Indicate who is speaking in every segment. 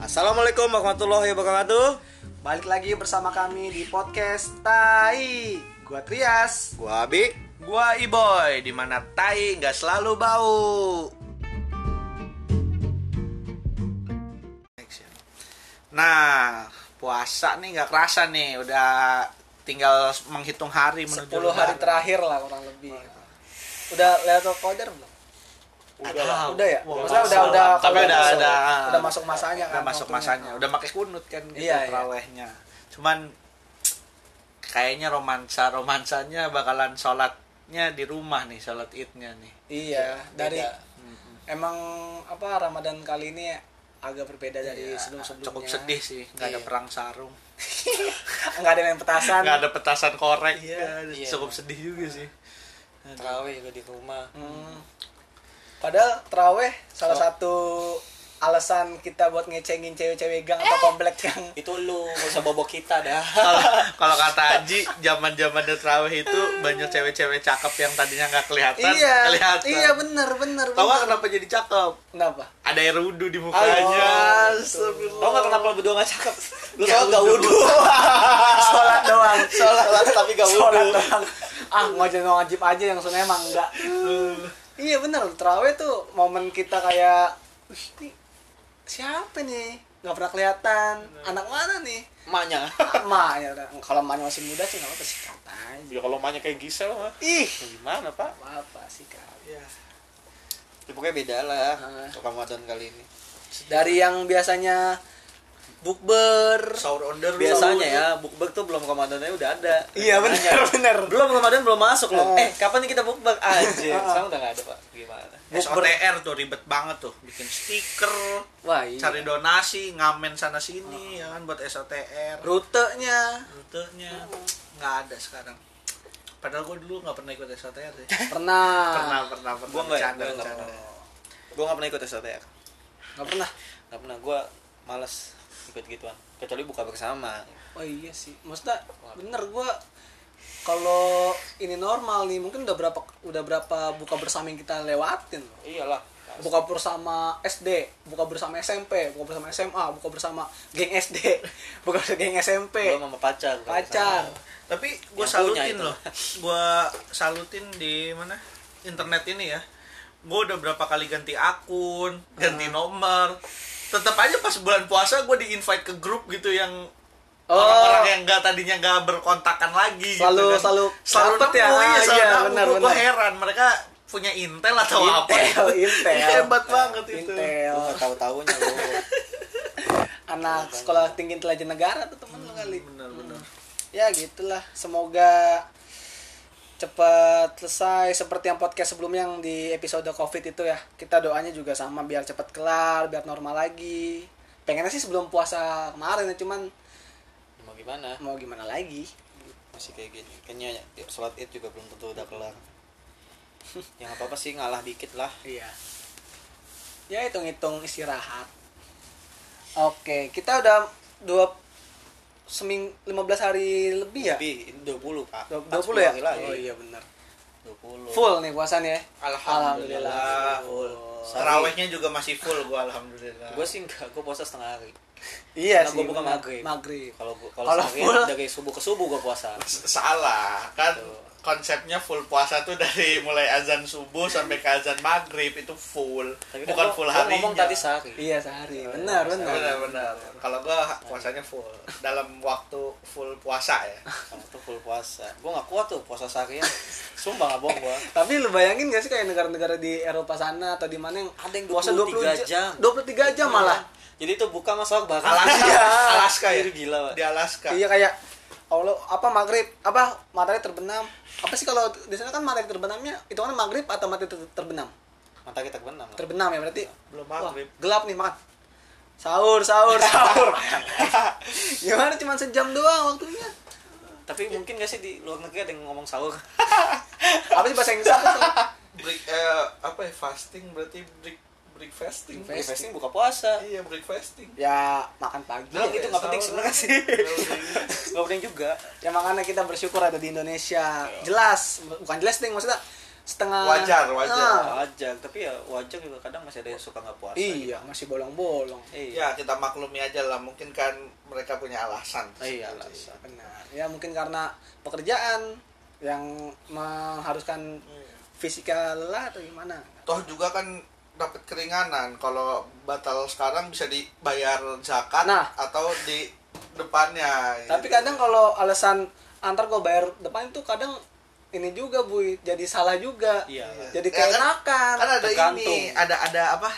Speaker 1: Assalamualaikum warahmatullahi wabarakatuh.
Speaker 2: Balik lagi bersama kami di podcast Tai. Gua Trias.
Speaker 1: Gua Abi.
Speaker 3: Gua Iboy, dimana tai nggak selalu bau. Nah, puasa nih nggak kerasa nih, udah tinggal menghitung hari
Speaker 2: 10
Speaker 3: menuju
Speaker 2: hari
Speaker 3: lebaran.
Speaker 2: terakhir lah kurang lebih. Udah Lailatul Qadar belum?
Speaker 3: Udah lah.
Speaker 2: Udah ya?
Speaker 3: Wah,
Speaker 2: Maksudnya udah
Speaker 3: masuk.
Speaker 2: udah
Speaker 3: Tapi
Speaker 2: udah
Speaker 3: udah
Speaker 2: masuk,
Speaker 3: ada ah.
Speaker 2: udah masuk masanya kan.
Speaker 3: Udah masuk
Speaker 2: waktunya.
Speaker 3: masanya, udah pakai kunut kan gitu
Speaker 2: Iya, iya.
Speaker 3: terawihnya. Cuman kayaknya romansa romansanya bakalan sholatnya di rumah nih, sholat idnya nih.
Speaker 2: Iya, dari Hmm.
Speaker 4: beda.
Speaker 2: emang apa Ramadan kali ini agak berbeda dari
Speaker 3: Iya,
Speaker 2: sebelum-sebelumnya.
Speaker 3: Cukup sedih sih, nggak ada
Speaker 2: Iya.
Speaker 3: perang sarung.
Speaker 2: Enggak ada yang petasan.
Speaker 3: nggak ada petasan korek
Speaker 2: Iya,
Speaker 3: Ya,
Speaker 4: iya.
Speaker 3: cukup sedih juga sih
Speaker 4: Terawih juga di rumah.
Speaker 2: Hmm. Padahal traweh salah
Speaker 4: So-
Speaker 2: satu alasan kita buat ngecengin cewek-cewek gang atau komplek gang.
Speaker 4: Itu lu gak usah bobok kita dah.
Speaker 3: kalau kalau kata Aji zaman zaman terawih itu banyak cewek-cewek cakep yang tadinya nggak kelihatan
Speaker 2: Iya,
Speaker 3: kelihatan
Speaker 2: iya bener bener.
Speaker 3: tau nggak
Speaker 2: bener.
Speaker 3: kenapa jadi cakep
Speaker 2: Kenapa?
Speaker 3: ada air wudhu di mukanya Astagfirullah.
Speaker 4: Tau gak kenapa lu berdua gak cakep? Lu sholat gak wudhu.
Speaker 2: Sholat doang.
Speaker 4: Sholat, sholat tapi gak
Speaker 2: Sholat
Speaker 4: wudhu.
Speaker 2: doang. Ah ngajin wajib aja yang sunnah emang enggak. iya bener. Terawih tuh momen kita kayak, wih ini siapa nih? Nggak pernah kelihatan. Anak mana nih?
Speaker 4: Emaknya.
Speaker 2: Mak ya udah. Kalau emaknya masih muda sih nggak apa-apa sih aja.
Speaker 5: Ya kalau emaknya kayak Gisel mah
Speaker 2: Ih,
Speaker 3: Ya,
Speaker 5: gimana pak?
Speaker 2: apa sih kak?
Speaker 4: Ya, pokoknya beda lah
Speaker 2: Ah.
Speaker 4: Ramadan kali ini.
Speaker 2: Dari yang biasanya bukber.
Speaker 3: sahur onder lu.
Speaker 4: Biasanya ya, bukber tuh belum Ramadannya udah ada.
Speaker 2: Iya bener bener.
Speaker 4: Belum Ramadan belum masuk loh.
Speaker 2: Ah.
Speaker 4: Eh, kapan nih kita bukber? Anjir, sekarang udah gak ada, Pak. Gimana?
Speaker 2: Eh,
Speaker 3: SOTR tuh ribet banget tuh bikin stiker
Speaker 2: Wah iya.
Speaker 3: cari donasi ngamen sana sini ya kan buat SOTR
Speaker 2: Rutenya
Speaker 3: rutenya nggak ada sekarang padahal gue dulu nggak pernah ikut SOTR sih
Speaker 2: pernah.
Speaker 3: pernah pernah pernah
Speaker 4: Gua nggak ya?
Speaker 3: bercanda,
Speaker 4: Gua nggak
Speaker 3: bercanda.
Speaker 4: pernah. Gue gak pernah ikut ya, SOTR.
Speaker 2: Nggak pernah.
Speaker 4: Gak pernah, gue males ikut gituan. Kecuali buka bersama.
Speaker 2: Oh iya sih. Maksudnya bener gua kalau ini normal nih mungkin udah berapa udah berapa buka bersama yang kita lewatin loh.
Speaker 4: Iyalah.
Speaker 2: Buka bersama SD, buka bersama SMP, buka bersama SMA, buka bersama geng SD, buka bersama geng SMP,
Speaker 4: Belum sama pacar. buka
Speaker 2: pacar.
Speaker 4: bersama.
Speaker 3: tapi gue
Speaker 4: Yang
Speaker 3: salutin
Speaker 4: punya itu.
Speaker 3: loh gue salutin di mana internet ini ya gue udah berapa kali ganti akun ganti
Speaker 4: Ah.
Speaker 3: nomor tetap aja pas bulan puasa gue di invite ke grup gitu yang
Speaker 2: Oh.
Speaker 3: orang-orang yang nggak tadinya nggak berkontakan lagi
Speaker 2: Selalu-
Speaker 3: gitu kan.
Speaker 2: selalu
Speaker 3: selalu
Speaker 2: dapet ya.
Speaker 3: nemu, iya,
Speaker 2: Ah,
Speaker 3: selalu
Speaker 2: iya,
Speaker 3: nemu.
Speaker 2: benar,
Speaker 3: Gua- gua
Speaker 2: benar.
Speaker 3: heran mereka punya intel atau apa Iya,
Speaker 2: Intel, Intel.
Speaker 3: hebat banget itu
Speaker 2: Intel.
Speaker 4: Lu gak tahu-tahunya lu.
Speaker 2: Anak sekolah tinggi intelijen negara tuh temen lu kali.
Speaker 3: benar-benar
Speaker 2: ya gitulah semoga cepat selesai seperti yang podcast sebelumnya yang di episode covid itu ya kita doanya juga sama biar cepat kelar biar normal lagi pengennya sih sebelum puasa kemarin ya cuman ya
Speaker 4: Mau gimana?
Speaker 2: mau gimana lagi
Speaker 4: masih kayak gini kayaknya ya, sholat id juga belum tentu udah kelar yang apa apa sih ngalah dikit lah
Speaker 2: iya ya hitung-hitung istirahat oke kita udah dua seming 15 hari lebih ya
Speaker 4: lebih ini 20 pak
Speaker 2: Dua- 20
Speaker 4: Kan
Speaker 2: ya
Speaker 4: sepuluh hari lagi.
Speaker 2: oh iya benar
Speaker 4: 20
Speaker 2: full nih puasanya ya
Speaker 3: alhamdulillah full
Speaker 4: Sorry.
Speaker 3: Terawihnya juga masih full gue alhamdulillah
Speaker 4: gue sih enggak gue puasa setengah hari
Speaker 2: iya
Speaker 4: Karena
Speaker 2: sih
Speaker 4: gua buka
Speaker 2: benar.
Speaker 4: maghrib.
Speaker 2: maghrib
Speaker 4: kalau gua-
Speaker 2: Kalau
Speaker 4: kalau
Speaker 2: full?
Speaker 4: seharian dari subuh ke subuh gue puasa
Speaker 3: S- salah kan
Speaker 4: Tuh.
Speaker 3: konsepnya full puasa tuh dari mulai azan subuh sampai ke azan maghrib itu full
Speaker 4: tapi kan
Speaker 3: bukan
Speaker 4: gua-
Speaker 3: full
Speaker 4: gua
Speaker 3: harinya
Speaker 4: ngomong tadi sehari
Speaker 2: Iya sehari, benar
Speaker 3: benar
Speaker 2: benar.
Speaker 3: benar kalau gua puasanya full dalam waktu full puasa ya
Speaker 4: Sama tuh full puasa gue nggak kuat tuh puasa seharian sumpah nggak bohong gue
Speaker 2: Tapi lu bayangin gak sih kayak negara-negara di Eropa sana atau di mana yang
Speaker 4: ada yang
Speaker 2: puasa
Speaker 4: 23
Speaker 2: 20
Speaker 4: jam Iya,
Speaker 2: 23 jam malah.
Speaker 4: jadi itu buka masak bareng
Speaker 3: Alaska
Speaker 4: Iya.
Speaker 3: Alaska ya
Speaker 4: Itu gila pak
Speaker 3: di Alaska
Speaker 2: Iya kayak Allah apa maghrib apa matahari terbenam apa sih kalau di sana kan matahari terbenamnya itu kan maghrib atau matahari ter- terbenam
Speaker 4: mata kita kebenam lah
Speaker 2: terbenam ya berarti
Speaker 3: belum
Speaker 2: wah,
Speaker 3: maghrib
Speaker 2: gelap nih makan sahur sahur sahur gimana cuma sejam doang waktunya
Speaker 4: tapi mungkin gak sih di luar negeri ada yang ngomong sahur
Speaker 2: apa sih bahasa Inggris apa tuh?
Speaker 3: break eh, apa ya fasting berarti break break fasting
Speaker 2: Break fasting.
Speaker 4: fasting buka puasa
Speaker 3: iya break fasting Iya,
Speaker 2: ya makan pagi
Speaker 4: Nah, itu nggak penting sebenarnya sih. Nggak penting juga.
Speaker 2: Ya makanya kita bersyukur ada di Indonesia. Jelas, bukan jelas ding maksudnya setengah
Speaker 3: Iya. Wajar, wajar.
Speaker 2: Ah,
Speaker 4: Wajar, tapi ya wajar juga kadang masih ada yang suka nggak puasa.
Speaker 2: iya masih bolong-bolong
Speaker 4: gitu.
Speaker 3: Ya
Speaker 4: Iya.
Speaker 3: kita maklumi aja lah, mungkin kan mereka punya alasan.
Speaker 4: Iya,
Speaker 3: sendiri.
Speaker 4: alasan.
Speaker 2: benar ya mungkin karena pekerjaan yang mengharuskan
Speaker 3: Iya.
Speaker 2: fisikal lelah atau gimana
Speaker 3: Toh juga kan dapat keringanan kalau batal sekarang bisa dibayar zakat
Speaker 2: Nah.
Speaker 3: atau di depannya.
Speaker 2: Tapi
Speaker 3: gitu.
Speaker 2: kadang kalau alasan antar gue bayar depan itu kadang ini juga bu jadi salah juga.
Speaker 4: Iya.
Speaker 2: Jadi
Speaker 3: Ya kan?
Speaker 2: keenakan.
Speaker 3: kan ada
Speaker 4: Tergantung.
Speaker 3: ini ada ada apa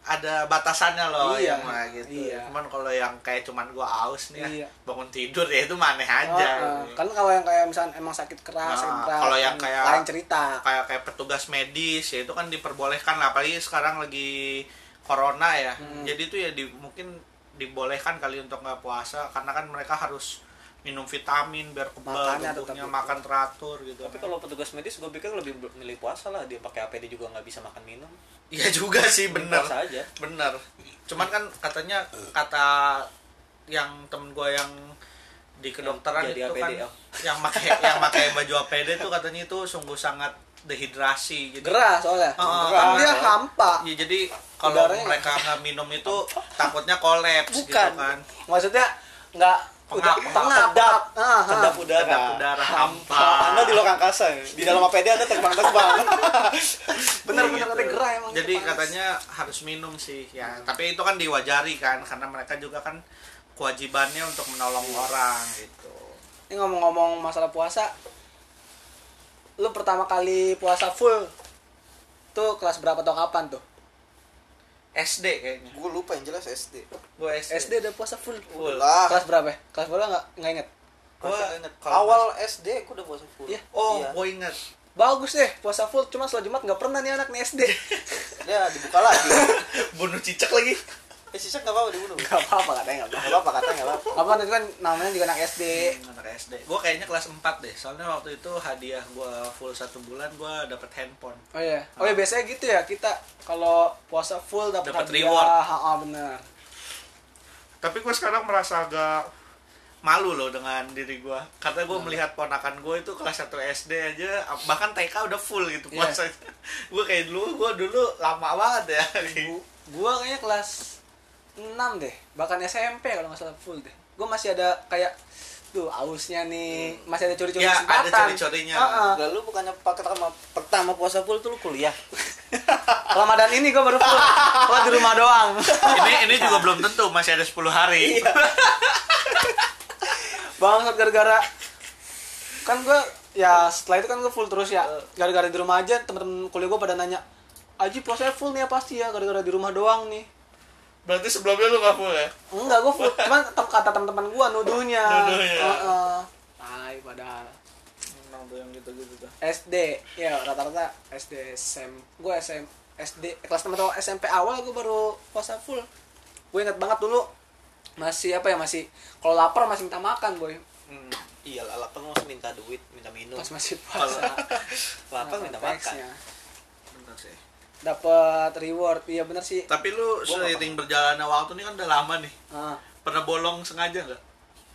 Speaker 3: ada batasannya loh
Speaker 2: Iya,
Speaker 3: yang mah gitu
Speaker 2: iya.
Speaker 3: cuman kalau yang kayak cuman gua aus nih ya,
Speaker 2: Iya.
Speaker 3: bangun tidur ya itu maneh aja
Speaker 2: Oh, eh, kan kalau yang kayak misalnya emang sakit keras,
Speaker 3: Nah,
Speaker 2: sakit berat,
Speaker 3: kalau yang kayak-
Speaker 2: lain cerita.
Speaker 3: kayak kayak petugas medis ya itu kan diperbolehkan lah apalagi sekarang lagi corona ya
Speaker 2: Hmm.
Speaker 3: jadi itu ya di, mungkin dibolehkan kali untuk nggak puasa karena kan mereka harus minum vitamin biar kebal
Speaker 2: Makannya tetap
Speaker 3: tubuhnya
Speaker 2: gitu.
Speaker 3: makan teratur gitu
Speaker 4: Tapi kalau petugas medis gue pikir lebih milih puasa lah dia pakai APD juga nggak bisa makan minum.
Speaker 3: iya juga sih
Speaker 4: Mending
Speaker 3: bener
Speaker 4: Puasa aja.
Speaker 3: bener cuman kan katanya kata yang temen gue yang di kedokteran
Speaker 4: jadi
Speaker 3: itu kan
Speaker 4: APD, oh.
Speaker 3: yang pakai yang pakai baju APD itu katanya itu sungguh sangat dehidrasi jadi
Speaker 2: Gerah soalnya. kan
Speaker 3: Oh, gerah.
Speaker 4: Iya,
Speaker 2: dia hampa.
Speaker 3: Ya, jadi kalau
Speaker 2: Udaranya
Speaker 3: mereka nggak minum itu takutnya kolaps gitu
Speaker 2: Bukan.
Speaker 3: kan
Speaker 2: Maksudnya nggak
Speaker 3: Pengap.
Speaker 2: pengap.
Speaker 4: Kedap.
Speaker 2: Ah, ah.
Speaker 4: Kedap udara.
Speaker 3: Kedap udara hampa.
Speaker 4: Anda di luar angkasa. ya? Di dalam APD Anda terbang-terbang.
Speaker 2: Bener bener
Speaker 3: Gitu.
Speaker 2: ada gerah emang.
Speaker 3: jadi
Speaker 2: itu panas.
Speaker 3: katanya harus minum sih ya tapi itu kan diwajari kan karena mereka juga kan kewajibannya untuk menolong
Speaker 4: Iya.
Speaker 3: orang gitu
Speaker 2: Ini ngomong-ngomong masalah puasa, lu pertama kali puasa full tuh kelas berapa atau kapan tuh?
Speaker 3: SD kayaknya
Speaker 4: gue lupa yang jelas SD.
Speaker 3: gue SD,
Speaker 2: SD udah puasa full.
Speaker 3: Full.
Speaker 2: Kelas berapa ya? Kelas berapa nggak nggak inget.
Speaker 3: Gua-
Speaker 4: awal SD gue udah puasa full.
Speaker 2: Iya.
Speaker 3: Oh,
Speaker 4: Iya.
Speaker 3: gue inget.
Speaker 2: Bagus deh puasa full, cuma setelah Jumat nggak pernah nih anak nih SD.
Speaker 4: Dia dibuka lagi.
Speaker 3: Bunuh cicak lagi.
Speaker 4: eh sisa nggak apa-apa dibunuh.
Speaker 2: Gak apa-apa katanya nggak
Speaker 4: Nggak apa-apa katanya nggak apa-apa.
Speaker 2: apa. Apa itu kan namanya juga anak SD.
Speaker 3: Anak SD. Gue kayaknya kelas 4 deh. Soalnya waktu itu hadiah gue full satu bulan gue dapet handphone.
Speaker 2: Oh iya, oh iya biasanya gitu ya kita kalau puasa full dapat
Speaker 3: Dapat
Speaker 2: hadiah.
Speaker 3: reward.
Speaker 2: Ha, ha, bener.
Speaker 3: Tapi gue sekarang merasa agak malu loh dengan diri gue. Karena gue melihat ponakan gue itu kelas 1 SD aja, bahkan TK udah full gitu
Speaker 2: Iya.
Speaker 3: puasanya. gue kayak dulu, gue dulu lama banget ya.
Speaker 2: Gu- gua kayaknya kelas 6 deh, bahkan SMP kalau nggak salah full deh. Gua masih ada kayak tuh ausnya nih, masih ada curi-curi
Speaker 3: Ya,
Speaker 2: kesempatan.
Speaker 3: ada curi-curinya.
Speaker 2: Ha-ha.
Speaker 4: Lalu bukannya pertama pertama puasa full tuh lu kuliah.
Speaker 2: Ramadan ini gua baru full. Gua di rumah doang.
Speaker 3: ini ini juga belum tentu, masih ada 10 hari.
Speaker 2: Bangsat gara-gara kan gue ya setelah itu kan gue full terus ya gara-gara di rumah aja temen-temen kuliah gue pada nanya Aji puasanya full nih ya pasti ya gara-gara di rumah doang nih
Speaker 3: Berarti sebelumnya lu gak full ya?
Speaker 2: enggak gue full cuman tem- kata teman-teman gue nuduhnya
Speaker 3: Nuduhnya.
Speaker 2: Heeh. Tai, padahal
Speaker 3: Emang tuh yang gitu-gitu tuh.
Speaker 2: SD ya rata-rata SD SM gue SM SD eh, kelas 6 atau SMP awal gue baru puasa full gue ingat banget dulu masih apa ya masih kalau lapar masih minta makan boy
Speaker 5: Hmm,
Speaker 4: Iya lah, lapang masih minta duit, minta minum.
Speaker 2: pas masih puasa
Speaker 4: Lapang minta
Speaker 2: konteksnya.
Speaker 4: makan.
Speaker 3: Bentar sih.
Speaker 2: dapat reward iya bener sih
Speaker 3: Tapi lu seiring berjalannya waktu ini kan udah lama nih.
Speaker 2: Ah,
Speaker 3: Pernah bolong sengaja nggak?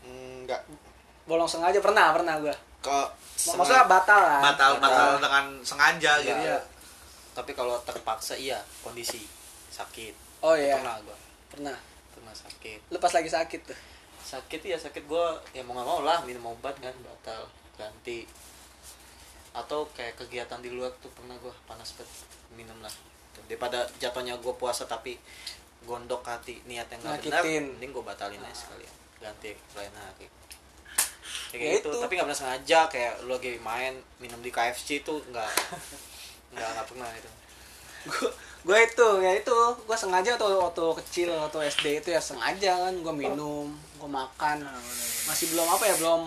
Speaker 4: Enggak.
Speaker 2: bolong sengaja pernah pernah gue
Speaker 4: Ke
Speaker 2: maksudnya batal lah
Speaker 3: Batal batal dengan sengaja gitu.
Speaker 4: Iya. Tapi kalau terpaksa iya, kondisi sakit.
Speaker 2: oh iya
Speaker 4: Pernah gua.
Speaker 2: pernah
Speaker 4: Pernah sakit.
Speaker 2: lu pas lagi sakit tuh
Speaker 4: Sakit ya sakit gua ya mau nggak mau lah minum obat kan batal ganti. Atau kayak kegiatan di luar tuh pernah gua panas banget minum lah. Tuh, Daripada jatuhnya gua puasa tapi gondok hati niat yang nggak benar,
Speaker 2: Nyakitin.
Speaker 4: mending gua batalin aja sekalian. Ganti ke lain hari. Ya
Speaker 2: Ya
Speaker 4: kayak gitu,
Speaker 2: itu.
Speaker 4: tapi nggak pernah sengaja kayak lu lagi main minum di KFC itu nggak nggak nggak pernah gitu. itu.
Speaker 2: gue itu ya itu gue sengaja tuh waktu kecil waktu SD itu ya sengaja kan gue minum gue makan masih belum apa ya belum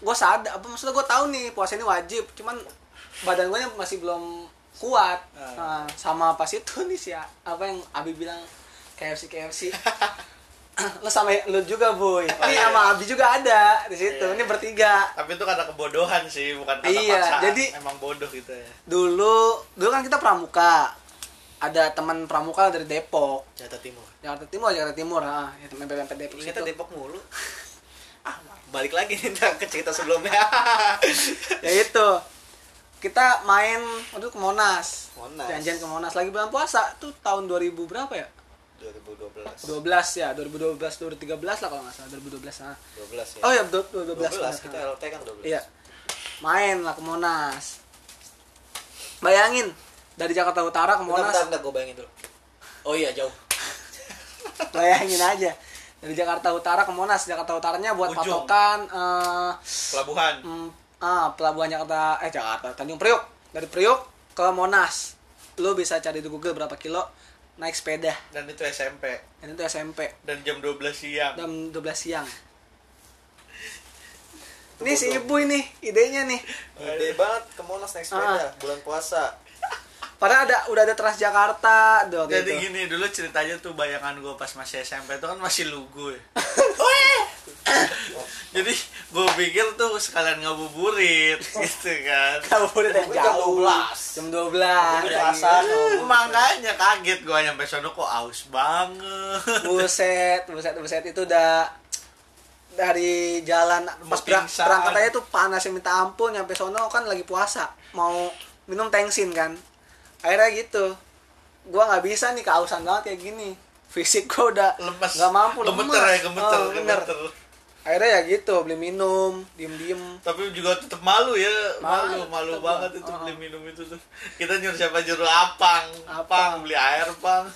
Speaker 2: gue sadar apa maksudnya gue tahu nih puasa ini wajib cuman badan gue masih belum kuat Nah, sama pas itu nih sih ya apa yang Abi bilang KFC KFC lo sama lo juga boy ini sama Abi juga ada di situ ini bertiga
Speaker 3: Tapi itu karena kebodohan sih, bukan karena
Speaker 2: Iya,
Speaker 3: paksaan.
Speaker 2: jadi-
Speaker 3: emang bodoh gitu ya.
Speaker 2: dulu dulu kan kita pramuka ada teman pramuka dari Depok
Speaker 4: Jatah Timur.
Speaker 2: Jakarta Timur, Jakarta Timur, ah, ya, mepet-mepet Depok situ.
Speaker 4: Ingatnya Depok mulu. Ah, balik lagi nih ntar ke cerita sebelumnya.
Speaker 2: ya itu. kita main untuk ke Monas.
Speaker 5: Monas.
Speaker 2: Janjian ke Monas lagi bulan puasa tuh tahun 2000 berapa ya?
Speaker 5: 2012
Speaker 2: 12 ya, 2012 2013 lah kalau nggak salah, 2012 sana.
Speaker 5: 12 ya
Speaker 2: Oh ya, du- du- 12.
Speaker 5: 12 kita LT kan 12
Speaker 2: Iya. Main lah ke Monas. Bayangin dari Jakarta Utara ke
Speaker 5: Monas.
Speaker 2: Monas.
Speaker 5: Bentar, bentar, gue bayangin dulu. Oh iya, jauh.
Speaker 2: Bayangin aja. Dari Jakarta Utara ke Monas, Jakarta Utaranya buat
Speaker 3: Ujung.
Speaker 2: patokan eh,
Speaker 3: Pelabuhan.
Speaker 2: mm, ah, pelabuhan Jakarta eh Jakarta Tanjung Priok. Dari Priok ke Monas. Lu bisa cari di Google berapa kilo naik sepeda.
Speaker 3: Dan itu SMP.
Speaker 2: Dan itu SMP
Speaker 3: Dan jam 12 siang.
Speaker 2: jam 12 siang. Ini si ibu ini idenya nih.
Speaker 5: Gede banget ke
Speaker 4: Ah.
Speaker 5: Monas naik sepeda, bulan puasa.
Speaker 2: Padahal ada udah ada Transjakarta dong
Speaker 3: Jadi
Speaker 2: gitu.
Speaker 3: gini dulu ceritanya tuh bayangan gue pas masih SMP itu kan masih lugu ya. Jadi gue pikir tuh sekalian ngabuburit gitu kan.
Speaker 2: Kabupaten yang
Speaker 5: Gua jam
Speaker 2: jauh.
Speaker 5: 12.
Speaker 2: Jam
Speaker 5: Gua
Speaker 2: 12.
Speaker 5: puasa, no.
Speaker 3: Makanya kaget gue nyampe sono kok aus banget.
Speaker 2: Buset, buset, buset itu udah dari jalan pas berang-
Speaker 3: pingsan.
Speaker 2: berangkat aja tuh panas yang minta ampun nyampe sono kan lagi puasa mau minum tengsin kan akhirnya gitu gua nggak bisa nih kausan banget kayak gini fisik gua udah
Speaker 3: Lemes.
Speaker 2: nggak mampu
Speaker 3: Gemeter ya, gemeter,
Speaker 2: Oh, bener.
Speaker 3: gemeter.
Speaker 2: akhirnya ya gitu beli minum diem diem
Speaker 3: Tapi juga tetap malu ya,
Speaker 2: Malu,
Speaker 3: malu, malu
Speaker 2: tetep
Speaker 3: banget
Speaker 2: malu.
Speaker 3: itu
Speaker 2: Oh.
Speaker 3: beli minum itu tuh. Kita nyuruh siapa nyuruh apang, apang beli air pang.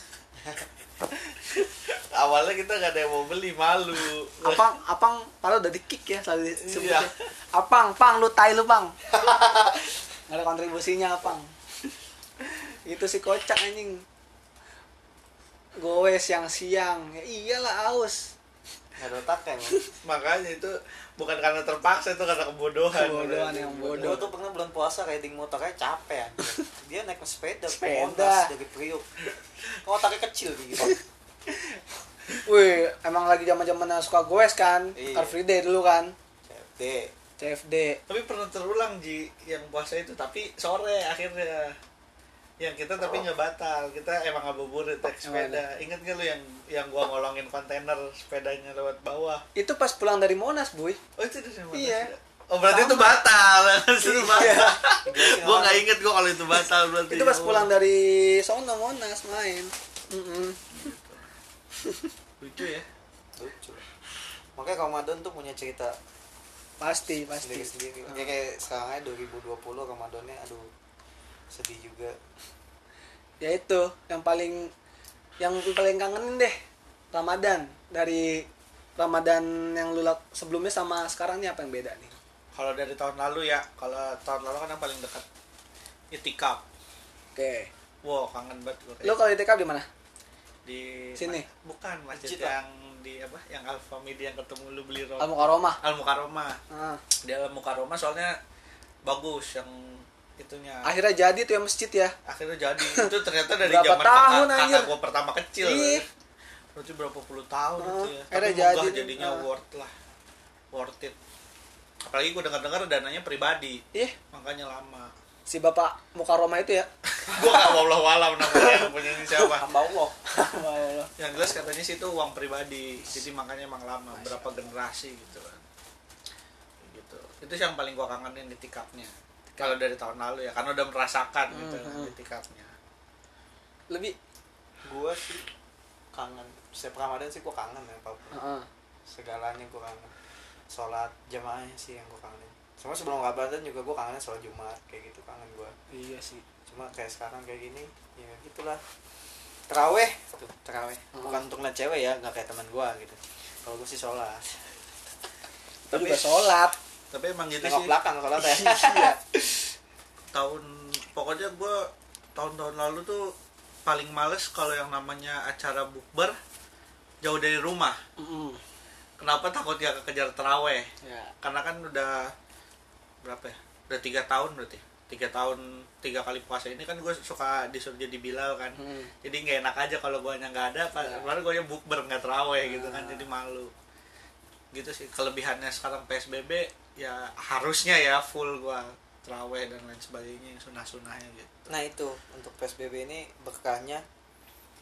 Speaker 3: Awalnya kita gak ada yang mau beli, malu.
Speaker 5: Iya.
Speaker 2: apang apang padahal udah dikik ya selalu disebutnya
Speaker 3: Iya.
Speaker 2: apang pang lu tai lu bang nggak ada kontribusinya apang itu si kocak anjing gowe siang siang ya iyalah aus
Speaker 5: Nggak ada otaknya. man.
Speaker 3: Makanya itu bukan karena terpaksa, itu karena kebodohan.
Speaker 2: Kebodohan yang
Speaker 5: Gua
Speaker 2: bodoh
Speaker 5: tuh pernah bulan puasa riding motor kayak capek anjir. Dia naik sepeda,
Speaker 2: Sepeda.
Speaker 5: sepeda. Monas dari Priuk. Kok otaknya kecil gitu.
Speaker 2: wih emang lagi zaman zamannya suka gowes kan
Speaker 5: Iya.
Speaker 2: car free day dulu kan
Speaker 5: CFD.
Speaker 2: CFD
Speaker 3: Tapi pernah terulang Ji yang puasa itu, tapi sore akhirnya. Yang kita
Speaker 2: Oh.
Speaker 3: tapi nggak batal, kita emang ngabuburit naik sepeda. Ingat gak lu yang yang gua ngolongin kontainer sepedanya lewat bawah?
Speaker 2: itu pas pulang dari Monas buy
Speaker 3: Oh itu dari mana?
Speaker 2: Iya.
Speaker 3: Oh berarti itu batal. itu batal.
Speaker 5: Iya.
Speaker 3: gua nggak inget gua kalau itu batal berarti.
Speaker 2: itu pas
Speaker 3: Ya
Speaker 2: pulang
Speaker 3: Allah.
Speaker 2: dari sono Monas main Mm-mm.
Speaker 3: Lucu ya.
Speaker 5: Lucu. Makanya Ramadan tuh punya cerita
Speaker 2: pasti pasti Iya.
Speaker 5: sendiri-sendiri. Kayak, kayak sekarang aja 2020 Ramadannya aduh sedih juga.
Speaker 2: ya itu yang paling yang paling kangenin deh Ramadan dari Ramadan yang lu lak- sebelumnya sama sekarang nih apa yang beda nih
Speaker 3: Kalau dari tahun lalu ya, kalau tahun lalu kan yang paling dekat itikaf.
Speaker 2: oke
Speaker 3: Wow, kangen banget gua. kayak
Speaker 2: lu kalau itikaf di mana
Speaker 3: di
Speaker 2: sini?
Speaker 3: bukan masjid
Speaker 5: Masjid,
Speaker 3: yang di apa? Yang Al Famidi yang ketemu lu beli rokok.
Speaker 2: Al Mukaromah
Speaker 3: Al Mukaroma.
Speaker 2: Ah,
Speaker 3: Di Al Mukaroma soalnya bagus yang itunya.
Speaker 2: akhirnya jadi tuh yang masjid ya
Speaker 3: akhirnya jadi itu ternyata dari
Speaker 2: Berapa
Speaker 3: zaman
Speaker 2: tahun,
Speaker 3: kakak,
Speaker 2: anjir?
Speaker 3: kakak gua pertama kecil
Speaker 2: Iya.
Speaker 3: berarti berapa puluh tahun
Speaker 2: Heeh,
Speaker 3: gitu ya tapi
Speaker 2: Ah, akhirnya
Speaker 3: megah
Speaker 2: jadi. ah.
Speaker 3: jadinya
Speaker 2: Heeh.
Speaker 3: worth lah worth it apalagi gua dengar-dengar dananya pribadi
Speaker 2: ih
Speaker 3: makanya lama
Speaker 2: si bapak Mukaromah itu ya
Speaker 3: gua gak mau lah walau namanya yang punya ini siapa
Speaker 5: Hamba Allah.
Speaker 3: yang jelas katanya sih itu uang pribadi jadi makanya emang lama berapa generasi gitu kan gitu itu sih yang paling gua kangenin di tikapnya kalau dari tahun lalu ya karena udah merasakan gitu
Speaker 2: Hmm,
Speaker 3: kan,
Speaker 2: hmm.
Speaker 3: di tikapnya
Speaker 2: lebih
Speaker 5: Gua sih kangen. Setiap Ramadan sih gua kangen ya apapun.
Speaker 2: Heeh.
Speaker 5: segalanya gue kangen sholat jamaahnya sih yang gue kangen cuma sebelum ramadan juga gue kangennya sholat jumat kayak gitu kangen gue
Speaker 2: iya sih
Speaker 5: cuma kayak sekarang kayak gini ya gitulah teraweh tuh teraweh bukan untuk ngeliat cewek ya nggak kayak teman gue gitu kalau gue sih sholat
Speaker 2: tapi juga sholat
Speaker 3: tapi emang gitu
Speaker 5: nengok
Speaker 3: sih
Speaker 5: belakang sholat ya
Speaker 3: tahun pokoknya gue tahun-tahun lalu tuh paling males kalau yang namanya acara bukber jauh dari rumah
Speaker 2: Mm-mm.
Speaker 3: kenapa takut gak kekejar teraweh
Speaker 2: ya
Speaker 3: karena kan udah berapa ya udah tiga tahun berarti tiga tahun tiga kali puasa ini kan gue suka disuruh jadi bilal kan
Speaker 2: Hmm.
Speaker 3: jadi nggak enak aja kalau gue nggak ada
Speaker 2: Ya.
Speaker 3: kemarin gue bukber nggak teraweh gitu kan jadi malu gitu sih kelebihannya sekarang psbb ya harusnya ya full gue teraweh dan lain sebagainya sunah sunahnya gitu
Speaker 5: nah itu untuk psbb ini berkahnya